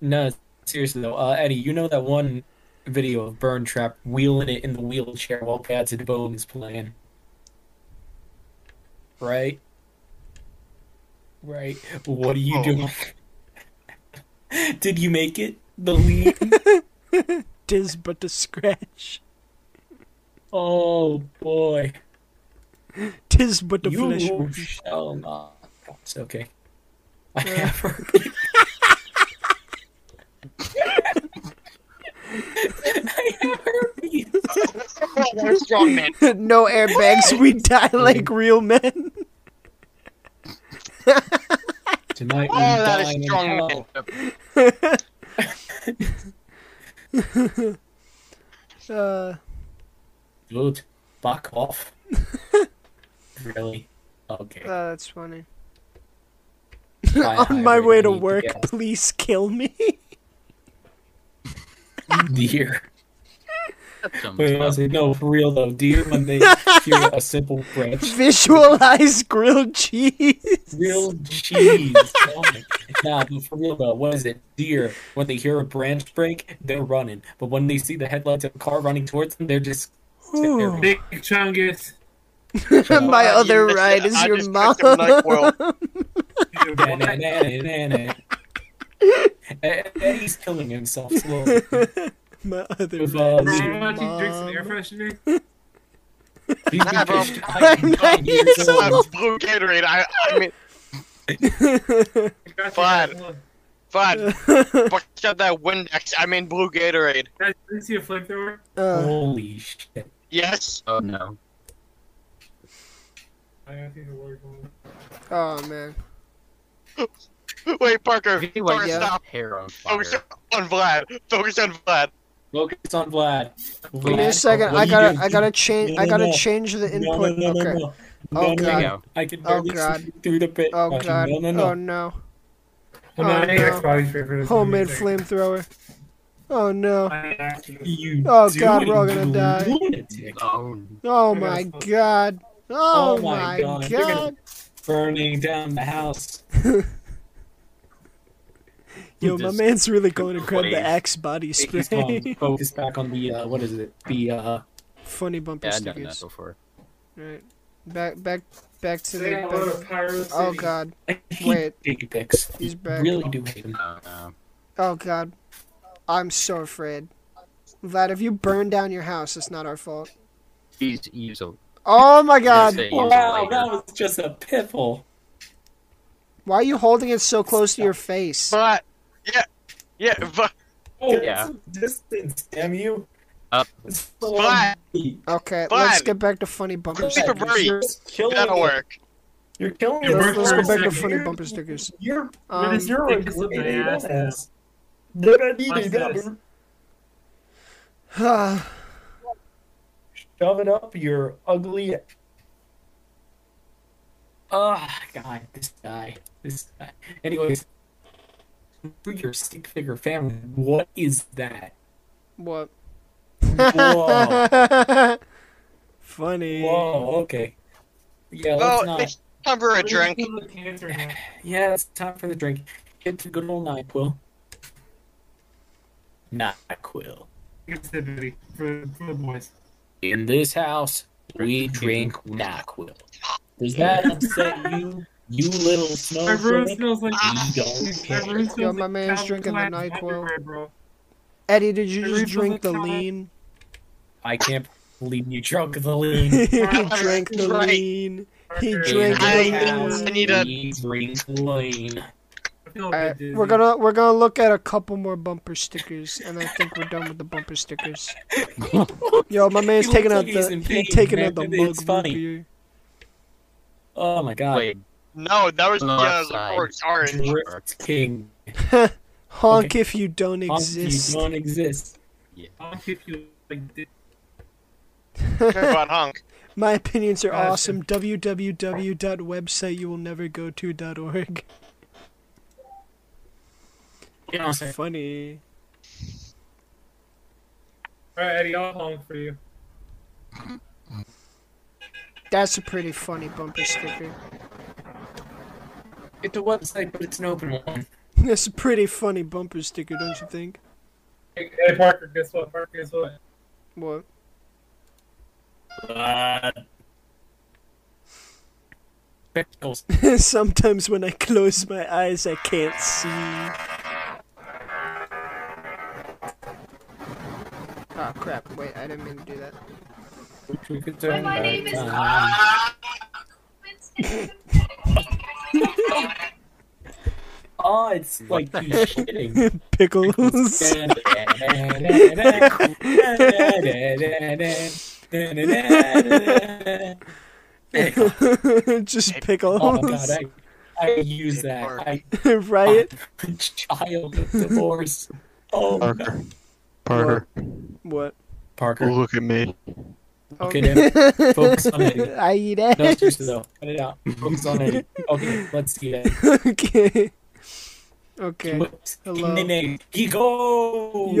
Speaker 5: No, seriously though, uh, Eddie, you know that one video of Burn Trap wheeling it in the wheelchair while Pads and Bone is playing, right? Right. What are you
Speaker 4: Oh.
Speaker 5: doing? Did you make it? The leap?
Speaker 2: Diz but to scratch.
Speaker 5: oh boy,
Speaker 2: Tis but to
Speaker 5: you
Speaker 2: flesh wound.
Speaker 5: shall not. It's okay. I have heard it. I have heard these.
Speaker 4: We're strong men.
Speaker 2: no airbags. We die like real men.
Speaker 5: Tonight we
Speaker 4: Oh, that
Speaker 5: dine
Speaker 4: is
Speaker 5: in
Speaker 4: strong
Speaker 5: hell.
Speaker 4: men.
Speaker 2: Uh,
Speaker 5: Dude, fuck off. really? Okay.
Speaker 2: Uh, that's funny.
Speaker 5: I- I
Speaker 2: On my
Speaker 5: really
Speaker 2: way to
Speaker 5: need
Speaker 2: work,
Speaker 5: get out
Speaker 2: please kill me.
Speaker 5: of Deer.
Speaker 3: That's dumb as
Speaker 5: Wait,
Speaker 3: fuck.
Speaker 5: honestly, no, for real though. Deer, when they hear a simple branch,
Speaker 2: Visualize grilled cheese.
Speaker 5: real cheese. Oh my- Nah, but for real though, what is it? Deer, when they hear a branch break, they're running. But when they see the headlights of a car running towards them, they're just.
Speaker 2: Ooh.
Speaker 1: Big chungus.
Speaker 2: My
Speaker 4: Uh, you
Speaker 2: other
Speaker 4: missed it.
Speaker 2: ride is
Speaker 4: I
Speaker 2: your
Speaker 4: just
Speaker 2: mom.
Speaker 4: picked up Night Oil.
Speaker 5: Na-na-na-na-na-na. Eddie's killing himself slowly.
Speaker 2: My other
Speaker 5: With,
Speaker 2: ride
Speaker 5: uh,
Speaker 2: is
Speaker 1: You
Speaker 2: your
Speaker 1: know how she drinks an air
Speaker 2: mom.
Speaker 1: freshener?
Speaker 5: He's
Speaker 4: Nah,
Speaker 5: been
Speaker 4: bro.
Speaker 5: fishing like
Speaker 2: I'm nine
Speaker 5: years
Speaker 2: years
Speaker 5: old.
Speaker 4: Uh, blue Gatorade. I, I mean,
Speaker 1: I got you
Speaker 4: Fine.
Speaker 1: that one.
Speaker 4: fine. Fucked up that Windex. I mean, blue Gatorade.
Speaker 1: Guys, did you see a flamethrower?
Speaker 2: Uh,
Speaker 5: Holy shit.
Speaker 4: Yes.
Speaker 3: Oh no.
Speaker 1: I gotta see the word one.
Speaker 2: oh man.
Speaker 4: Wait, Parker.
Speaker 3: Really, why
Speaker 4: Parker,
Speaker 3: is
Speaker 2: yeah.
Speaker 4: stop.
Speaker 3: Hair on
Speaker 2: oh,
Speaker 3: fire.
Speaker 4: Focus on Vlad. Focus on Vlad.
Speaker 5: Focus on Vlad.
Speaker 2: Give me a
Speaker 5: Vlad,
Speaker 2: second.
Speaker 5: what
Speaker 2: I
Speaker 5: are you
Speaker 2: gotta.
Speaker 5: doing?
Speaker 2: I gotta change.
Speaker 5: No,
Speaker 2: I
Speaker 5: no,
Speaker 2: gotta
Speaker 5: no.
Speaker 2: change the
Speaker 5: No, no,
Speaker 2: input.
Speaker 5: no, no,
Speaker 2: Okay.
Speaker 5: no.
Speaker 2: Oh,
Speaker 5: No, no,
Speaker 2: God.
Speaker 5: no. I can barely
Speaker 2: Oh, God.
Speaker 5: see through the pit.
Speaker 2: Oh
Speaker 5: I can-
Speaker 2: god.
Speaker 5: No, no, no.
Speaker 2: Oh no.
Speaker 1: Oh,
Speaker 2: Oh,
Speaker 1: no, I
Speaker 2: no.
Speaker 1: need Xbox favorite.
Speaker 2: Homemade flamethrower. Oh no.
Speaker 1: I need actually-
Speaker 5: You
Speaker 2: Oh, God,
Speaker 5: doing,
Speaker 2: we're all gonna
Speaker 5: you
Speaker 2: die.
Speaker 5: Lunatic.
Speaker 3: Oh,
Speaker 2: Oh
Speaker 1: I gotta
Speaker 2: my
Speaker 1: stop.
Speaker 2: god. Oh,
Speaker 5: Oh, my
Speaker 2: my
Speaker 5: God.
Speaker 2: god.
Speaker 5: You're gonna- Burning down the house.
Speaker 2: Yo, my
Speaker 3: Just
Speaker 2: man's really going to grab
Speaker 3: wave.
Speaker 2: the axe body
Speaker 5: He's gone.
Speaker 2: spray.
Speaker 5: Focus back on the, uh, what is it? The, uh,
Speaker 2: Funny bumper
Speaker 3: yeah, I've done that
Speaker 2: stickers.
Speaker 3: before.
Speaker 2: Right. Back back back to
Speaker 1: Say
Speaker 2: the
Speaker 1: hello to
Speaker 2: back.
Speaker 1: Pyro City.
Speaker 2: Oh god.
Speaker 5: I hate
Speaker 2: Wait.
Speaker 5: dick pics.
Speaker 2: He's back.
Speaker 5: Really do hate them.
Speaker 3: Oh no.
Speaker 2: Oh god. I'm so afraid. Vlad, if you burn down your house, it's not our fault.
Speaker 3: He's evil.
Speaker 2: Oh my god.
Speaker 3: Say evil
Speaker 5: Wow,
Speaker 3: later.
Speaker 5: that was just a piffle.
Speaker 2: Why are you holding it so close to your face?
Speaker 4: Vlad. Yeah. Yeah. Vlad.
Speaker 5: Oh,
Speaker 3: Yeah.
Speaker 5: it's a distance, damn you.
Speaker 3: Up.
Speaker 5: It's so
Speaker 4: Vlad.
Speaker 5: deep.
Speaker 2: Okay, let's
Speaker 4: Vlad.
Speaker 2: get back to funny bumper
Speaker 5: Vlad,
Speaker 4: Super
Speaker 2: stickers.
Speaker 5: you're
Speaker 4: brief.
Speaker 5: just killing
Speaker 4: That'll
Speaker 5: it.
Speaker 4: work.
Speaker 5: You're killing
Speaker 1: It works
Speaker 5: us.
Speaker 2: Let's
Speaker 1: for a
Speaker 2: go back to
Speaker 1: second.
Speaker 2: funny bumper stickers.
Speaker 5: You're
Speaker 2: Um,
Speaker 1: Just
Speaker 5: you're a
Speaker 1: stick us up
Speaker 5: great
Speaker 1: the ass.
Speaker 5: ass. That I need
Speaker 1: What's
Speaker 5: is that
Speaker 1: this?
Speaker 5: shove it up your ugly. Ah, God, this guy, this guy. Anyways, for your stick figure family, what is that?
Speaker 2: what?
Speaker 5: Whoa,
Speaker 2: Funny.
Speaker 5: whoa, okay. Yeah, let's
Speaker 4: Well,
Speaker 5: not.
Speaker 4: it's time for a drink.
Speaker 5: Yeah, it's time for the drink. Get the good old NyQuil. NyQuil.
Speaker 1: It's the booty for, for the boys.
Speaker 5: In this house, we drink NyQuil. Does that upset you, you little
Speaker 2: Oh,
Speaker 1: My room
Speaker 5: snowflake?
Speaker 1: smells like.
Speaker 5: You don't
Speaker 1: My
Speaker 5: care.
Speaker 1: room smells
Speaker 2: Yo, my
Speaker 1: like
Speaker 2: man's
Speaker 1: Calvin
Speaker 2: drinking the
Speaker 1: Klein's
Speaker 2: NyQuil.
Speaker 1: underwear, bro.
Speaker 2: Eddie, did you
Speaker 1: Are
Speaker 2: just
Speaker 1: you
Speaker 2: drink the
Speaker 1: feeling kinda-
Speaker 2: lean?
Speaker 5: I can't believe you drunk the lean.
Speaker 2: he drank the
Speaker 4: Right.
Speaker 2: lean. He
Speaker 1: Okay.
Speaker 2: drank
Speaker 4: I-
Speaker 2: the
Speaker 4: I
Speaker 2: lean.
Speaker 4: need a-
Speaker 5: We drink lean.
Speaker 1: I feel a
Speaker 2: Alright,
Speaker 1: bit
Speaker 2: we're
Speaker 1: dizzy.
Speaker 2: gonna we're gonna look at a couple more bumper stickers, and I think we're done with the bumper stickers. Yo, my man's
Speaker 5: He
Speaker 2: taking
Speaker 5: looks
Speaker 2: out
Speaker 5: like he's
Speaker 2: the
Speaker 5: in
Speaker 2: he
Speaker 5: pain,
Speaker 2: taking
Speaker 5: man.
Speaker 2: out the
Speaker 5: It-
Speaker 2: mug
Speaker 5: it's
Speaker 2: root
Speaker 5: funny.
Speaker 2: beer.
Speaker 5: Oh my god.
Speaker 3: Wait,
Speaker 4: No, that was
Speaker 3: On
Speaker 4: the
Speaker 3: the
Speaker 4: uh,
Speaker 3: left side.
Speaker 4: Laporte's orange.
Speaker 5: Drift King.
Speaker 2: Honk if you don't
Speaker 5: Honky,
Speaker 2: exist.
Speaker 5: You don't exist.
Speaker 1: I'll keep you like this.
Speaker 4: Trevon Hunk.
Speaker 2: My opinions are
Speaker 1: Gotcha.
Speaker 2: awesome. www.websiteyouwillnevergoto.org.
Speaker 5: You know what I'm saying?
Speaker 2: Funny.
Speaker 1: All right, Eddie, I'll honk for you.
Speaker 2: That's a pretty funny bumper sticker.
Speaker 5: It's a website, but it's an open one.
Speaker 2: That's a pretty funny bumper sticker, don't you think?
Speaker 1: Hey, hey, Parker, guess what? Parker, guess what?
Speaker 2: What?
Speaker 5: Spectacles.
Speaker 2: Sometimes when I close my eyes, I can't see. Oh crap! Wait, I didn't mean to do that.
Speaker 5: Which we could turn
Speaker 6: My name
Speaker 5: back
Speaker 6: is-
Speaker 5: on. Oh, it's like he's shitting.
Speaker 2: Pickles.
Speaker 5: oh
Speaker 2: Just
Speaker 5: my
Speaker 2: pickles.
Speaker 5: Oh, god, I, I use that. I
Speaker 2: Riot.
Speaker 5: child divorce. Oh, my God.
Speaker 2: Parker. What?
Speaker 5: Parker.
Speaker 4: look at me.
Speaker 5: Okay, then. Focus on it.
Speaker 2: I eat ass.
Speaker 5: No, seriously though, cut it out. Focus on it. Okay, let's see that.
Speaker 2: okay. Okay.
Speaker 5: Whoops.
Speaker 2: Hello.
Speaker 5: Nene, He goes. Oh,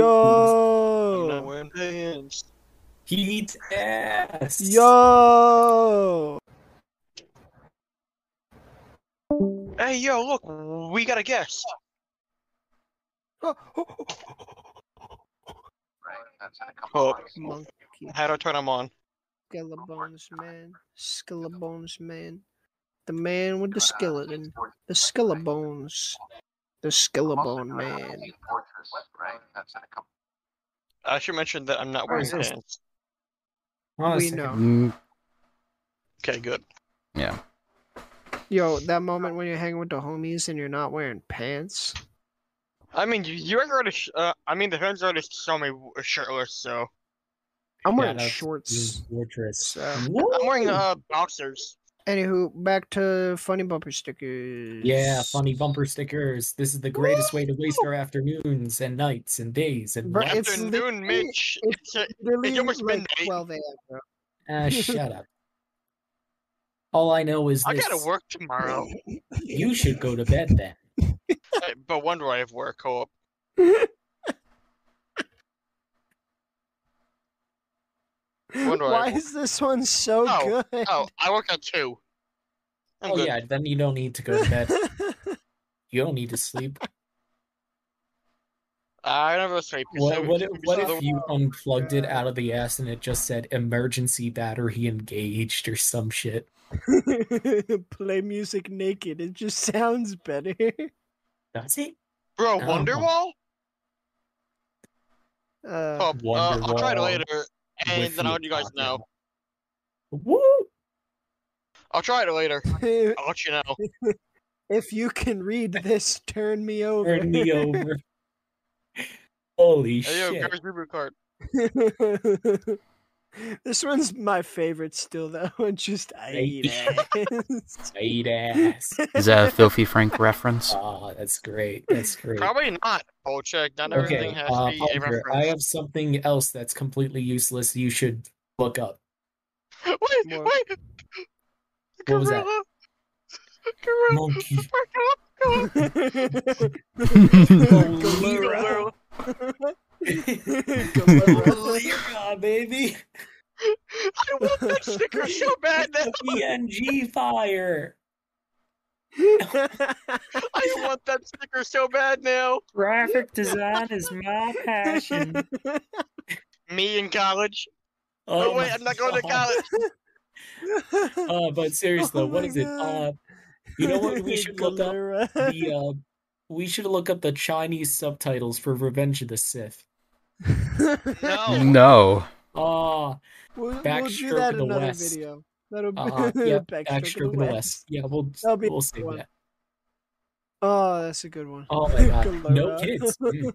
Speaker 4: Not
Speaker 2: Yo.
Speaker 4: wearing pants.
Speaker 5: He eats ass.
Speaker 2: Yo.
Speaker 4: Hey, yo, look, we got a guest.
Speaker 5: Oh,
Speaker 4: Hook.
Speaker 2: Monkey
Speaker 4: Oh, How do I turn him on?
Speaker 2: Skellabones man. Skellabones man. The man with the skeleton. The Skellabones. The Skellabone man.
Speaker 4: I should mention that I'm not
Speaker 5: Where
Speaker 4: wearing
Speaker 5: is this?
Speaker 4: pants.
Speaker 5: Hold on a
Speaker 2: We
Speaker 5: second.
Speaker 2: know.
Speaker 3: Mm,
Speaker 4: Okay, good.
Speaker 3: yeah.
Speaker 2: Yo, that moment when you're hanging with the homies and you're not wearing pants.
Speaker 4: I mean, you, you ain't already. Sh- uh, I mean, the fans already saw me w- shirtless, so
Speaker 2: I'm
Speaker 5: Yeah,
Speaker 2: wearing
Speaker 5: that's-
Speaker 2: shorts.
Speaker 5: Fortress.
Speaker 2: So.
Speaker 4: I'm wearing uh boxers.
Speaker 2: Anywho, back to funny bumper stickers.
Speaker 5: Yeah, funny bumper stickers. This is the greatest way to waste our afternoons and nights and days and
Speaker 2: Bro,
Speaker 5: nights.
Speaker 2: It's
Speaker 4: Afternoon,
Speaker 2: literally-
Speaker 4: Mitch.
Speaker 2: it's-
Speaker 4: It's a,
Speaker 2: Literally
Speaker 4: It's almost
Speaker 2: like
Speaker 4: midnight.
Speaker 2: 12 a.m. bro.
Speaker 5: Ah, shut up. All I know is
Speaker 4: I
Speaker 5: this.
Speaker 4: gotta work tomorrow.
Speaker 5: You should go to bed then.
Speaker 4: Uh, but when do I have work? Oh, Co-op. Wonder
Speaker 2: Why
Speaker 4: why-
Speaker 2: is this one so
Speaker 4: Oh,
Speaker 2: good?
Speaker 4: Oh, I work at two. I'm
Speaker 5: oh
Speaker 4: good.
Speaker 5: yeah, then you don't need to go to bed. You don't need to sleep.
Speaker 4: I never sleep.
Speaker 5: What,
Speaker 4: so
Speaker 5: what,
Speaker 4: it
Speaker 5: if,
Speaker 4: could be
Speaker 5: what
Speaker 4: something-
Speaker 5: if you unplugged it out of the ass and it just said emergency battery engaged or some shit?
Speaker 2: Play music naked. It just sounds better.
Speaker 5: That's it.
Speaker 4: bro
Speaker 5: Oh.
Speaker 4: Wonderwall?
Speaker 2: Uh,
Speaker 4: Oh, uh, I'll try it
Speaker 5: Wonderwall
Speaker 4: later, and
Speaker 5: With
Speaker 4: then I'll let you guys know.
Speaker 5: Woo!
Speaker 4: I'll try it later.
Speaker 2: if
Speaker 4: I'll let you know.
Speaker 2: you can read this, turn me over.
Speaker 5: Turn me over. Holy
Speaker 4: Hey, yo,
Speaker 5: shit.
Speaker 4: grab his Ruby card.
Speaker 2: this one's my favorite still, though. Just I eat ass.
Speaker 5: I eat ass.
Speaker 3: Is that a filthy Frank reference?
Speaker 5: Ah, that's great. That's great.
Speaker 4: Probably not. Bull check. Not
Speaker 5: Okay,
Speaker 4: everything has
Speaker 5: uh,
Speaker 4: to be a
Speaker 5: Parker,
Speaker 4: reference.
Speaker 5: I have something else that's completely useless. You should look up.
Speaker 4: Wait,
Speaker 2: What?
Speaker 4: wait.
Speaker 5: What was that?
Speaker 4: Gorilla. Gorilla.
Speaker 5: Monkey.
Speaker 4: Gorilla.
Speaker 5: Galera.
Speaker 2: Galera.
Speaker 5: Galera, baby.
Speaker 4: I want that sticker so bad. That
Speaker 5: PNG fire.
Speaker 4: I want that sticker so bad now.
Speaker 5: Graphic design is my
Speaker 4: Me in college. Oh, wait,
Speaker 5: my
Speaker 4: I'm not going to
Speaker 5: God.
Speaker 4: college.
Speaker 5: Uh, but seriously, though,
Speaker 2: Oh
Speaker 5: what
Speaker 2: my
Speaker 5: is it? Uh,
Speaker 2: God.
Speaker 5: you know what? We should look up the. Uh, we should look up the Chinese subtitles for Revenge of the Sith. uh,
Speaker 4: No.
Speaker 3: No.
Speaker 5: Ah,
Speaker 2: We'll, we'll
Speaker 5: Backstroke
Speaker 2: do that
Speaker 5: of the
Speaker 2: another
Speaker 5: West.
Speaker 2: video. That'll be
Speaker 5: uh, yeah,
Speaker 2: backstroke,
Speaker 5: backstroke in the west. Yeah, we'll
Speaker 2: That'll be
Speaker 5: we'll
Speaker 2: the
Speaker 5: save
Speaker 2: one.
Speaker 5: that.
Speaker 2: Oh, that's a good one.
Speaker 5: Oh my god, no
Speaker 2: Galera.
Speaker 5: kids. Mm.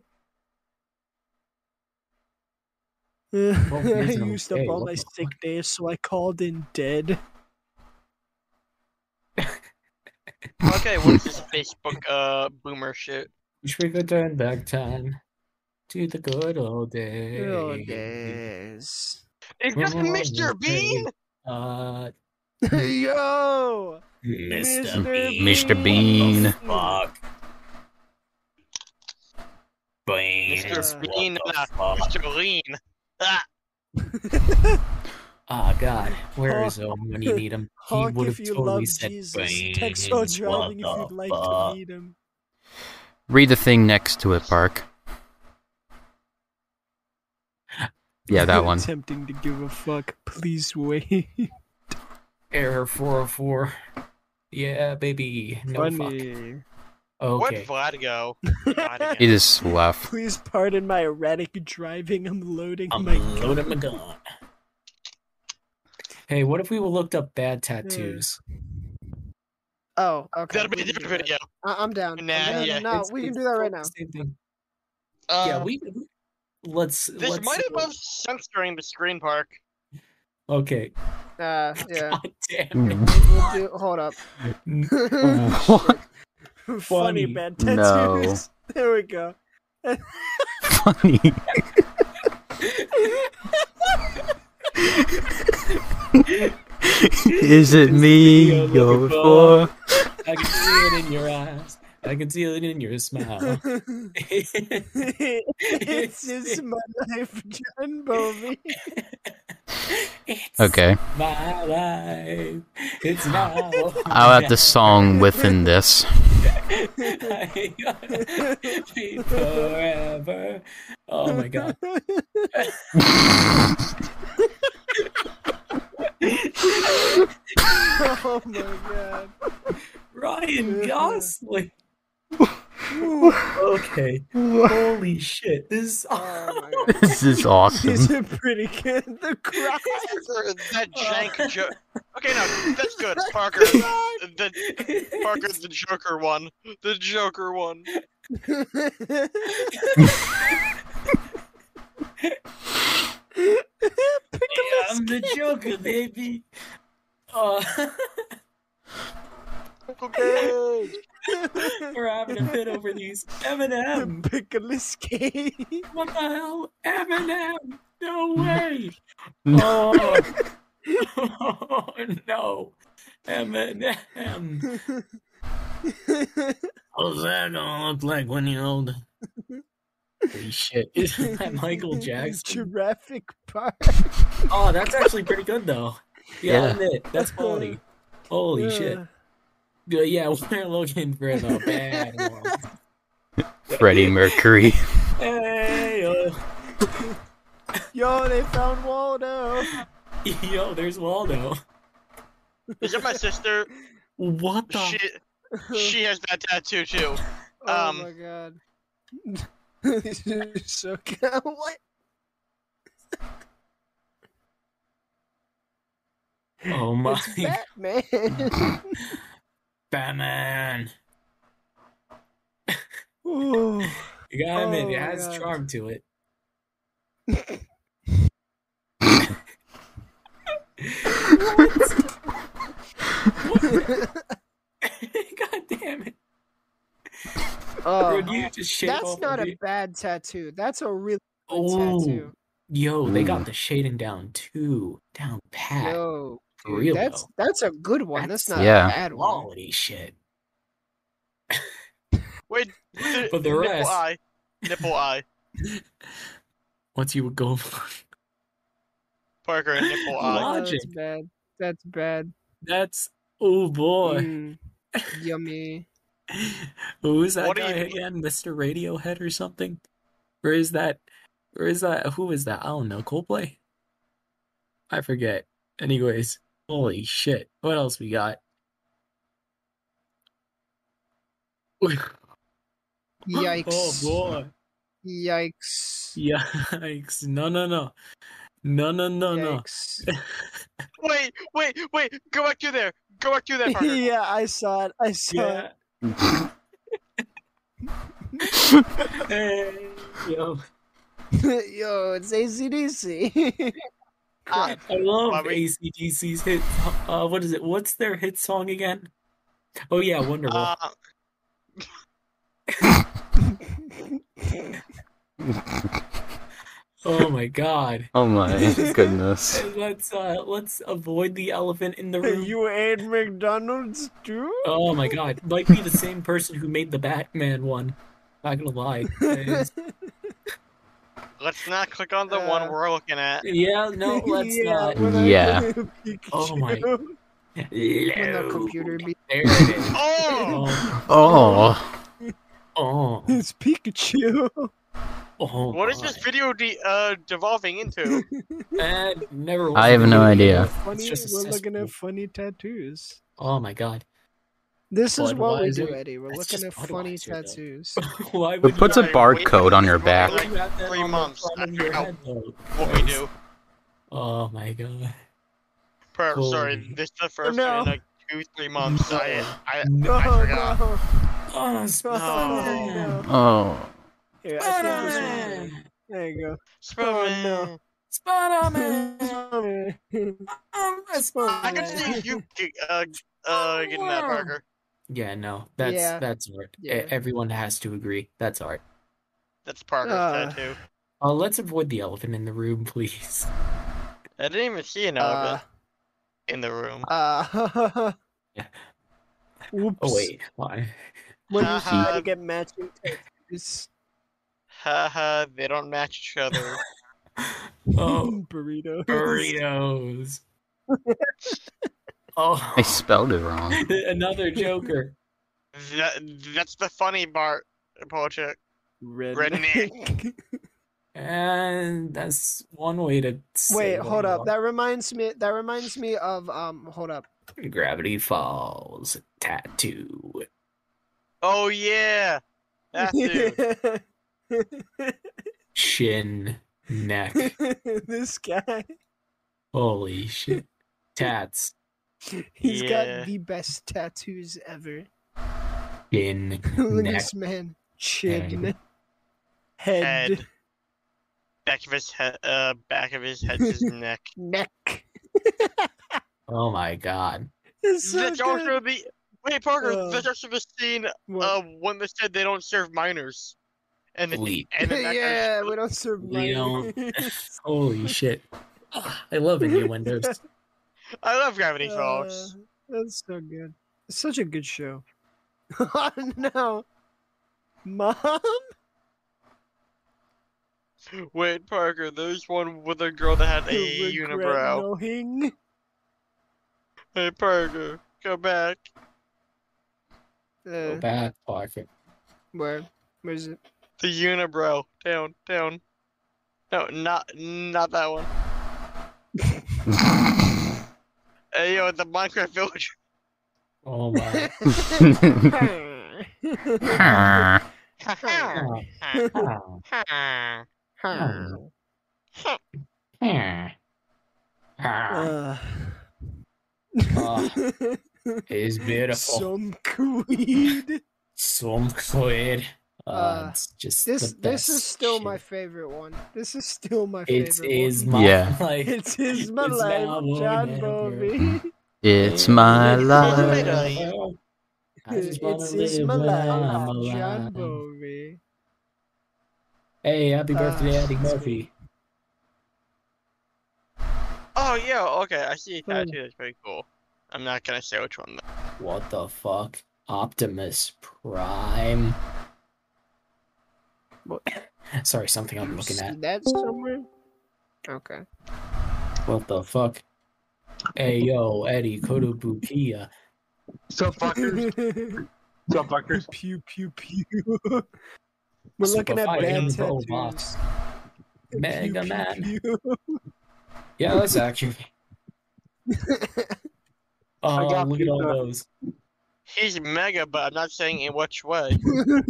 Speaker 5: Twelve
Speaker 2: I
Speaker 5: years Oh, in a
Speaker 2: used up
Speaker 5: day,
Speaker 2: all
Speaker 5: what
Speaker 2: my
Speaker 5: the
Speaker 2: sick
Speaker 5: fuck?
Speaker 2: days, so I called in dead.
Speaker 4: Okay, what's this Facebook uh boomer shit?
Speaker 5: Wish we could turn back time to the good old days.
Speaker 2: Good old Oh, days.
Speaker 4: Is this
Speaker 5: Well,
Speaker 4: Mr. Bean?
Speaker 5: Uh,
Speaker 2: Yo, Mr.
Speaker 6: Mr. Bean.
Speaker 3: Mr. Bean.
Speaker 6: Fuck. Bean.
Speaker 4: Mr.
Speaker 6: is what
Speaker 4: Bean,
Speaker 6: the
Speaker 4: uh,
Speaker 6: fuck.
Speaker 4: Mr. Lean. Ah,
Speaker 5: Ah, God, where
Speaker 2: Honk-
Speaker 5: is Owen when you need him? He
Speaker 2: Honk
Speaker 5: would have
Speaker 2: if you
Speaker 5: totally
Speaker 2: love
Speaker 5: said.
Speaker 2: Jesus.
Speaker 6: Bane,
Speaker 2: Text no driving if
Speaker 6: what
Speaker 2: you'd
Speaker 6: the
Speaker 2: like
Speaker 6: fuck?
Speaker 2: to meet him.
Speaker 3: Read the thing next to it, Park. Yeah, that one.
Speaker 2: Attempting to give a fuck. Please wait.
Speaker 5: Error 404. Yeah, baby. No fuck.
Speaker 2: Funny.
Speaker 4: What
Speaker 5: Okay.
Speaker 4: Vlad go? Vlad
Speaker 3: It
Speaker 4: again.
Speaker 3: is slough.
Speaker 2: Please pardon my erratic driving. I'm loading
Speaker 6: I'm
Speaker 2: Oh my
Speaker 6: loading my gun.
Speaker 5: Hey, what if we looked up bad tattoos?
Speaker 2: Oh, okay.
Speaker 4: That'll be
Speaker 2: we
Speaker 4: a
Speaker 2: can do that.
Speaker 4: different video.
Speaker 2: I- I'm down. I'm
Speaker 4: Nah,
Speaker 2: down.
Speaker 4: yeah,
Speaker 2: no,
Speaker 5: It's-
Speaker 2: we can
Speaker 5: it's
Speaker 2: do that right
Speaker 5: both
Speaker 2: now.
Speaker 5: the Same thing.
Speaker 4: Um,
Speaker 5: yeah, we. we- Let's.
Speaker 4: This
Speaker 5: let's
Speaker 4: might involve censoring the screen park.
Speaker 5: Okay.
Speaker 2: Uh, yeah.
Speaker 5: God damn it.
Speaker 3: Mm.
Speaker 2: We'll do, hold up.
Speaker 3: What?
Speaker 2: Funny
Speaker 5: Funny.
Speaker 2: man tattoos.
Speaker 3: No.
Speaker 2: There we go.
Speaker 3: Funny. is it me
Speaker 5: Video
Speaker 3: you're
Speaker 5: looking for?
Speaker 3: for?
Speaker 5: I can see it in your eyes. I can see it in your smile.
Speaker 2: it's just my life, John Bovey.
Speaker 5: It's
Speaker 3: Okay,
Speaker 5: My life. It's now.
Speaker 3: I'll add the song within this.
Speaker 5: I gotta be forever. Oh my god.
Speaker 2: oh my god.
Speaker 5: Ryan Gosling. okay. Holy shit. This
Speaker 2: Oh my god.
Speaker 3: This is
Speaker 2: These
Speaker 3: awesome.
Speaker 2: are pretty good. The cry.
Speaker 4: Censor that jank joke. Okay, no, that's good, Parker.
Speaker 2: Cry.
Speaker 4: The Parker, the Joker one. The Joker one.
Speaker 5: I'm the Joker, baby. Uh,
Speaker 4: Okay.
Speaker 5: we're having a fit over these Eminem.
Speaker 2: Pickles cake.
Speaker 5: What the hell? Eminem? No way. Oh, oh no. Eminem.
Speaker 6: What does that gonna look like when you're old?
Speaker 5: Holy shit. Isn't that Michael Jackson?
Speaker 2: Jurassic Park.
Speaker 5: Oh, that's actually pretty good though. Yeah, I'll
Speaker 3: Yeah.
Speaker 5: admit, that's quality. Holy shit. Yeah, yeah, we're looking for the bad ones.
Speaker 3: Freddie Mercury.
Speaker 5: Hey, oh.
Speaker 2: Yo, they found Waldo. Oh
Speaker 5: yo, there's Waldo.
Speaker 4: Is that my sister?
Speaker 5: What the?
Speaker 4: She she has that tattoo too.
Speaker 2: oh
Speaker 4: um,
Speaker 2: my god. These are so good. What?
Speaker 5: Oh my
Speaker 2: It's Batman.
Speaker 5: Batman!
Speaker 2: Ooh.
Speaker 5: You gotta admit,
Speaker 2: Oh
Speaker 5: it
Speaker 2: my
Speaker 5: has
Speaker 2: God.
Speaker 5: charm to it. what? God damn it! Bro,
Speaker 2: Oh,
Speaker 5: do you just shake
Speaker 2: that's
Speaker 5: off
Speaker 2: not a
Speaker 5: every-
Speaker 2: bad tattoo. That's a really good
Speaker 5: Oh,
Speaker 2: tattoo.
Speaker 5: yo, they
Speaker 3: Ooh.
Speaker 5: got the shading down too, down pat.
Speaker 2: Yo,
Speaker 5: For real
Speaker 2: that's
Speaker 5: though.
Speaker 2: that's a good one. That's,
Speaker 5: That's-
Speaker 2: not
Speaker 3: Yeah.
Speaker 2: a bad one.
Speaker 5: quality shit.
Speaker 4: Wait, th-
Speaker 5: But the
Speaker 4: nipple
Speaker 5: rest-
Speaker 4: eye, nipple eye,
Speaker 5: What's you would go for?
Speaker 4: Parker, and nipple eye.
Speaker 2: Oh, that's
Speaker 5: Logic.
Speaker 2: bad. That's bad.
Speaker 5: That's oh boy.
Speaker 2: Mm, yummy.
Speaker 5: Who's that
Speaker 4: What do
Speaker 5: guy
Speaker 4: you-
Speaker 5: again? Mr. Radiohead or something? Or is that or is that who is that? I don't know, Coldplay? I forget. Anyways, holy shit. What else we got?
Speaker 2: Yikes.
Speaker 5: Oh boy.
Speaker 2: Yikes.
Speaker 5: Yikes. No no no. No no no Oh, no.
Speaker 2: Yikes.
Speaker 4: Wait, wait, wait. Go back to there. Go back to there, Parker.
Speaker 2: yeah, I saw it. I saw it.
Speaker 5: Yeah. Hey, yo.
Speaker 2: Yo, it's ACDC.
Speaker 4: Uh,
Speaker 5: I love
Speaker 4: Bobby.
Speaker 5: ACDC's hit. Uh, what is it? What's their hit song again? Oh yeah, Wonderwall.
Speaker 4: Uh,
Speaker 5: Oh my god.
Speaker 3: Oh my goodness.
Speaker 5: Let's uh let's avoid the elephant in the room.
Speaker 2: you ate McDonald's too?
Speaker 5: Oh my god. Might be the same person who made the Batman one. Not gonna lie. It's-
Speaker 4: Let's not click on the
Speaker 2: Uh,
Speaker 4: one we're looking at.
Speaker 5: yeah, no, let's
Speaker 2: Yeah,
Speaker 5: not.
Speaker 2: when I
Speaker 3: Yeah.
Speaker 2: do Pikachu.
Speaker 5: Oh my-
Speaker 2: When the
Speaker 5: Load.
Speaker 2: computer be-
Speaker 5: There it is.
Speaker 4: Oh!
Speaker 5: Oh,
Speaker 3: Oh,
Speaker 5: oh,
Speaker 2: It's Pikachu.
Speaker 5: oh
Speaker 4: What is
Speaker 5: my.
Speaker 4: this video de- uh, devolving into?
Speaker 5: Eh, never was
Speaker 3: I
Speaker 5: a
Speaker 3: have no
Speaker 5: video.
Speaker 3: idea.
Speaker 2: Funny,
Speaker 5: It's just a
Speaker 2: we're looking
Speaker 5: cesspool.
Speaker 2: at funny tattoos.
Speaker 5: Oh my god.
Speaker 2: This is what we do,
Speaker 5: Budweiser?
Speaker 2: Eddie. We're
Speaker 5: That's
Speaker 2: looking at
Speaker 5: just
Speaker 2: funny
Speaker 5: Budweiser, though.
Speaker 2: tattoos.
Speaker 5: Why
Speaker 3: it
Speaker 5: would
Speaker 3: puts a
Speaker 4: Wait,
Speaker 3: barcode on your
Speaker 4: wait,
Speaker 3: back.
Speaker 5: you have that
Speaker 4: three
Speaker 5: on the
Speaker 4: months
Speaker 5: front of your
Speaker 4: after-
Speaker 5: head, though?
Speaker 4: What we do?
Speaker 5: Oh my god.
Speaker 4: Per- sorry,
Speaker 5: Holy- Oh,
Speaker 4: this is the first
Speaker 2: No.
Speaker 4: in like two, three months. I, I, I
Speaker 5: No,
Speaker 4: forgot.
Speaker 2: no.
Speaker 5: Oh,
Speaker 2: No, no.
Speaker 5: Spider-Man.
Speaker 3: Oh,
Speaker 2: Here, I think this one's
Speaker 5: Spider-Man.
Speaker 2: good. There you go.
Speaker 4: Spider-Man.
Speaker 2: no.
Speaker 5: Spider-Man. I'm a
Speaker 4: I can
Speaker 5: Spider-Man.
Speaker 2: Oh.
Speaker 4: see you get- uh, uh, getting that, Parker.
Speaker 5: Yeah, no, that's
Speaker 2: Yeah.
Speaker 5: that's art. E-
Speaker 2: Yeah.
Speaker 5: Everyone has to agree that's art.
Speaker 4: That's Parker's
Speaker 2: Uh.
Speaker 4: tattoo.
Speaker 5: Uh, let's avoid the elephant in the room, please.
Speaker 4: I didn't even see an
Speaker 2: Uh,
Speaker 4: elephant in the room.
Speaker 2: uh,
Speaker 5: Yeah.
Speaker 2: Whoops.
Speaker 5: Oh wait, why?
Speaker 2: When you
Speaker 4: Uh-huh.
Speaker 2: try to get matching tattoos,
Speaker 4: Haha, they don't match each other.
Speaker 5: Oh,
Speaker 2: burrito.
Speaker 5: burritos. oh,
Speaker 3: I spelled it wrong.
Speaker 5: another Joker.
Speaker 4: that, that's the funny part, Polchuk. Redneck.
Speaker 5: And that's one way to say
Speaker 2: Wait,
Speaker 5: what
Speaker 2: hold
Speaker 5: I
Speaker 2: up.
Speaker 5: want.
Speaker 2: That reminds me. That reminds me of um. Hold up.
Speaker 5: Gravity Falls tattoo.
Speaker 4: Oh, yeah! That dude.
Speaker 5: Shin, neck.
Speaker 2: this guy.
Speaker 5: Holy shit. Tats.
Speaker 2: He's
Speaker 4: Yeah.
Speaker 2: got the best tattoos ever.
Speaker 5: Shin,
Speaker 2: Look at
Speaker 5: neck.
Speaker 2: this man. Chin.
Speaker 5: Head.
Speaker 2: Head.
Speaker 4: Head. Back of his head, uh, back of his head, his neck.
Speaker 2: Neck.
Speaker 5: Oh my god.
Speaker 2: It's so
Speaker 4: that's also
Speaker 2: good.
Speaker 4: the. Wait, Parker,
Speaker 2: Uh.
Speaker 4: that's also the scene
Speaker 2: What?
Speaker 4: uh, when they said they don't serve minors. And the,
Speaker 5: Bleep.
Speaker 4: and then that
Speaker 2: yeah,
Speaker 4: goes,
Speaker 2: we don't serve
Speaker 5: We don't-
Speaker 2: minors.
Speaker 5: Holy shit. Ah, I love innuendos.
Speaker 4: I love Gravity Falls.
Speaker 2: Uh, that's so good. It's such a good show. oh no, mom.
Speaker 4: Wait, Parker, there's one with a girl that had a
Speaker 2: Regret
Speaker 4: unibrow.
Speaker 2: knowing.
Speaker 4: Hey, Parker, come back.
Speaker 5: Go
Speaker 2: Uh,
Speaker 5: back, Parker.
Speaker 2: where? Where's it?
Speaker 4: The unibrow. Down, down. No, not not that one. hey, yo, the Minecraft village.
Speaker 5: Oh my. Ah, ah, ah. Ah,
Speaker 2: Uh,
Speaker 5: Ah. It's beautiful.
Speaker 2: Some queen.
Speaker 5: Some good. Uh,
Speaker 2: Uh,
Speaker 5: it's just
Speaker 2: This
Speaker 5: the
Speaker 2: this is
Speaker 5: best
Speaker 2: still my
Speaker 5: shit.
Speaker 2: favorite one. This is still my
Speaker 5: It
Speaker 2: favorite.
Speaker 5: is
Speaker 2: One.
Speaker 5: my
Speaker 3: Yeah.
Speaker 5: like
Speaker 2: It is my
Speaker 5: it's
Speaker 2: life,
Speaker 5: my world
Speaker 2: John
Speaker 5: out
Speaker 2: Bobby.
Speaker 3: It's my
Speaker 4: Life.
Speaker 3: life.
Speaker 5: I just wanna
Speaker 2: It's is
Speaker 5: live
Speaker 2: my
Speaker 5: when I'm
Speaker 2: life,
Speaker 5: alive.
Speaker 2: John Bobby.
Speaker 5: Hey, happy birthday,
Speaker 2: Ah,
Speaker 5: Eddie
Speaker 2: that's
Speaker 5: Murphy.
Speaker 4: Oh, yeah, okay, I see a
Speaker 2: Hmm.
Speaker 4: tattoo. That's pretty cool. I'm not gonna say which one. Though.
Speaker 5: What the fuck? Optimus Prime. What- Sorry, something I'm looking
Speaker 2: See
Speaker 5: at.
Speaker 2: that somewhere? Okay.
Speaker 5: What the fuck? Hey, yo, Eddie Kotobukiya.
Speaker 7: Sup, fuckers? Sup, fuckers?
Speaker 2: pew pew pew. We're looking at
Speaker 5: Superfighting
Speaker 2: bad
Speaker 5: robots.
Speaker 2: tattoos.
Speaker 5: Mega
Speaker 2: Pew, pew,
Speaker 5: Man.
Speaker 2: pew.
Speaker 5: Yeah, that's accurate. Oh,
Speaker 7: got
Speaker 5: look at all
Speaker 7: pizza.
Speaker 5: those.
Speaker 4: He's mega, but I'm not saying in which way.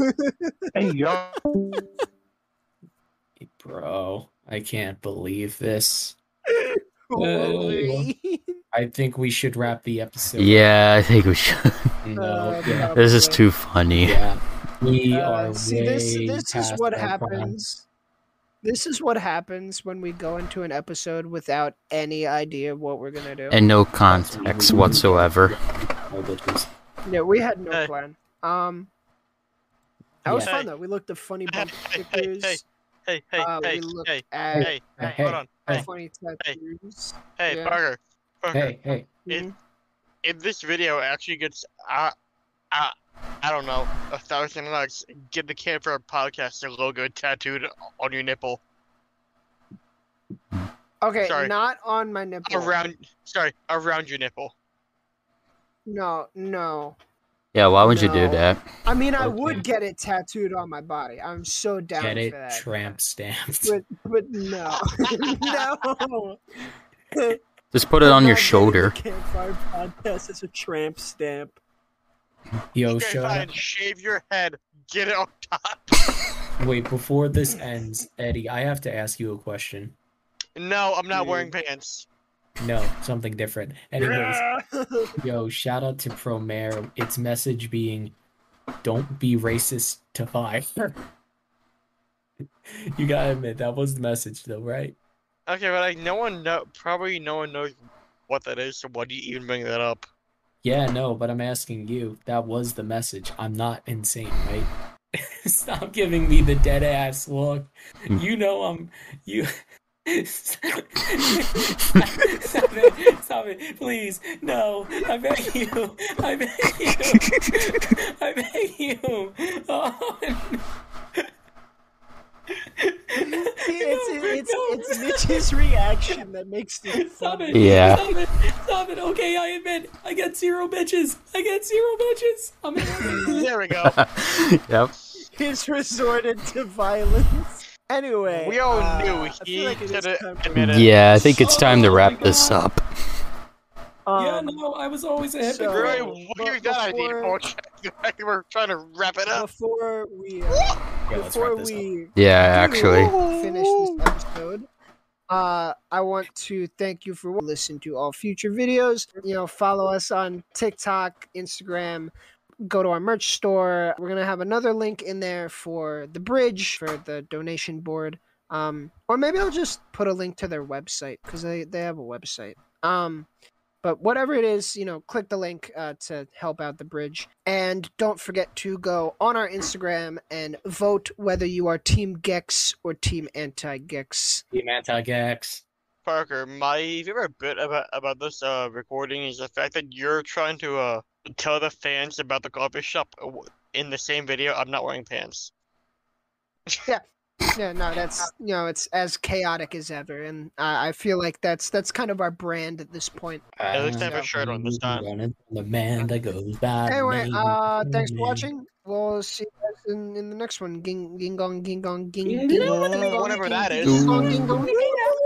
Speaker 7: Hey, yo.
Speaker 5: Bro, I can't believe this.
Speaker 2: Holy.
Speaker 5: I think we should wrap the episode.
Speaker 3: Yeah, I think we should.
Speaker 5: No,
Speaker 2: Uh,
Speaker 5: yeah.
Speaker 2: no,
Speaker 3: This is
Speaker 2: bro.
Speaker 3: too funny.
Speaker 5: Yeah, we
Speaker 2: Uh,
Speaker 5: are
Speaker 2: see, this
Speaker 5: way
Speaker 2: this is
Speaker 5: past
Speaker 2: what
Speaker 5: our prime.
Speaker 2: happens. This is what happens when we go into an episode without any idea what we're gonna do.
Speaker 3: And no context whatsoever.
Speaker 5: Oh, bitches.
Speaker 2: yeah, we had no
Speaker 4: Hey.
Speaker 2: plan. Um, that was
Speaker 4: Yeah.
Speaker 2: fun though. We looked at funny bumper
Speaker 4: Hey, hey, hey,
Speaker 2: stickers.
Speaker 4: Hey, hey,
Speaker 2: Uh,
Speaker 4: hey,
Speaker 2: we look
Speaker 4: hey,
Speaker 2: at
Speaker 4: hey,
Speaker 5: Hey,
Speaker 4: hey, hold on.
Speaker 5: hey.
Speaker 2: twenty tattoos.
Speaker 4: Hey,
Speaker 2: Yeah.
Speaker 4: Parker. Parker.
Speaker 5: Hey, hey.
Speaker 4: It-
Speaker 2: Mhm.
Speaker 4: If this video actually gets, uh, uh, I don't know, a thousand likes, get the Camper Podcaster logo tattooed on your nipple.
Speaker 2: Okay,
Speaker 4: Sorry.
Speaker 2: not on my nipple.
Speaker 4: Around, sorry, around your nipple.
Speaker 2: No, no.
Speaker 3: Yeah, why would you do
Speaker 2: No.
Speaker 3: that?
Speaker 2: I mean, I
Speaker 6: Okay.
Speaker 2: would get it tattooed on my body. I'm so down
Speaker 6: Get
Speaker 2: for
Speaker 6: it
Speaker 2: that.
Speaker 6: tramp stamped.
Speaker 2: but but no, no.
Speaker 3: Just put it on
Speaker 2: Not getting the
Speaker 3: your shoulder.
Speaker 2: Campfire podcast is a tramp stamp.
Speaker 5: Yo,
Speaker 4: okay,
Speaker 5: shut
Speaker 4: fine,
Speaker 5: up.
Speaker 4: shave your head, get it on top.
Speaker 5: Wait, before this ends, Eddie, I have to ask you a question.
Speaker 4: No, I'm not wearing pants.
Speaker 5: No, something different. Anyways, yo, shout out to Promare. Its message being don't be racist to fire. you gotta admit, that was the message though, right?
Speaker 4: Okay, but like, no one know, probably no one knows what that is, so why do you even bring that up?
Speaker 5: Yeah, no, but I'm asking you. That was the message. I'm not insane, right? Stop giving me the dead ass look. You know I'm you. stop, it, stop it! Please, no! I beg you! I beg you! I beg you! Oh, no.
Speaker 2: it's
Speaker 5: No,
Speaker 2: it's
Speaker 5: no.
Speaker 2: it's Mitch's reaction that makes it
Speaker 5: Stop
Speaker 2: funny.
Speaker 5: it!
Speaker 3: Yeah.
Speaker 5: Stop it! Stop it! Okay, I admit, I got zero bitches. I got zero bitches. I'm an
Speaker 4: There we go.
Speaker 3: yep.
Speaker 2: He's resorted to violence. Anyway,
Speaker 4: We all
Speaker 2: uh,
Speaker 4: knew
Speaker 2: I feel
Speaker 4: he
Speaker 2: like it is
Speaker 4: did it.
Speaker 2: time for-
Speaker 4: Admit it.
Speaker 3: Yeah, I think it's time to
Speaker 5: Oh
Speaker 3: wrap
Speaker 5: my
Speaker 3: this
Speaker 5: God.
Speaker 3: up.
Speaker 2: Um,
Speaker 5: yeah, no, I was always a
Speaker 2: so-
Speaker 5: hypocrite.
Speaker 4: Really
Speaker 2: but
Speaker 4: weird that idea.
Speaker 2: before-
Speaker 4: Paul. The fact that we're trying to wrap it up.
Speaker 2: Before we uh,
Speaker 6: Yeah, let's
Speaker 2: before
Speaker 6: wrap this up.
Speaker 2: we
Speaker 3: Yeah, actually.
Speaker 2: finish this episode. Uh, I want to thank you for listening to all future videos. You know, follow us on TikTok, Instagram. Go to our merch store. We're gonna have another link in there for the bridge for the donation board. Um, or maybe I'll just put a link to their website because they they have a website. Um, but whatever it is, you know, click the link uh, to help out the bridge. And don't forget to go on our Instagram and vote whether you are Team Gex or Team Anti Gex.
Speaker 5: Team Anti-Gax.
Speaker 4: Parker, my favorite bit about about this uh recording is the fact that you're trying to uh tell the fans about the coffee shop uh, w- in the same video. I'm not wearing pants.
Speaker 2: Yeah, no, that's you know, it's as chaotic as ever, and I, I feel like that's that's kind of our brand at this point.
Speaker 4: At least I have
Speaker 2: Yeah.
Speaker 4: a shirt on this time.
Speaker 5: The man that goes by. the
Speaker 2: Anyway,
Speaker 5: name of
Speaker 2: uh, thanks for watching.
Speaker 5: Superman.
Speaker 2: We'll see you guys in, in the next one. Ging, ging gong, ging gong, ging.
Speaker 5: Ging
Speaker 2: ging,
Speaker 5: gong,
Speaker 2: ging, gong,
Speaker 4: whatever
Speaker 2: ging,
Speaker 4: that
Speaker 2: ging,
Speaker 4: is.
Speaker 2: ging, gong, ging, gong, ging, gong.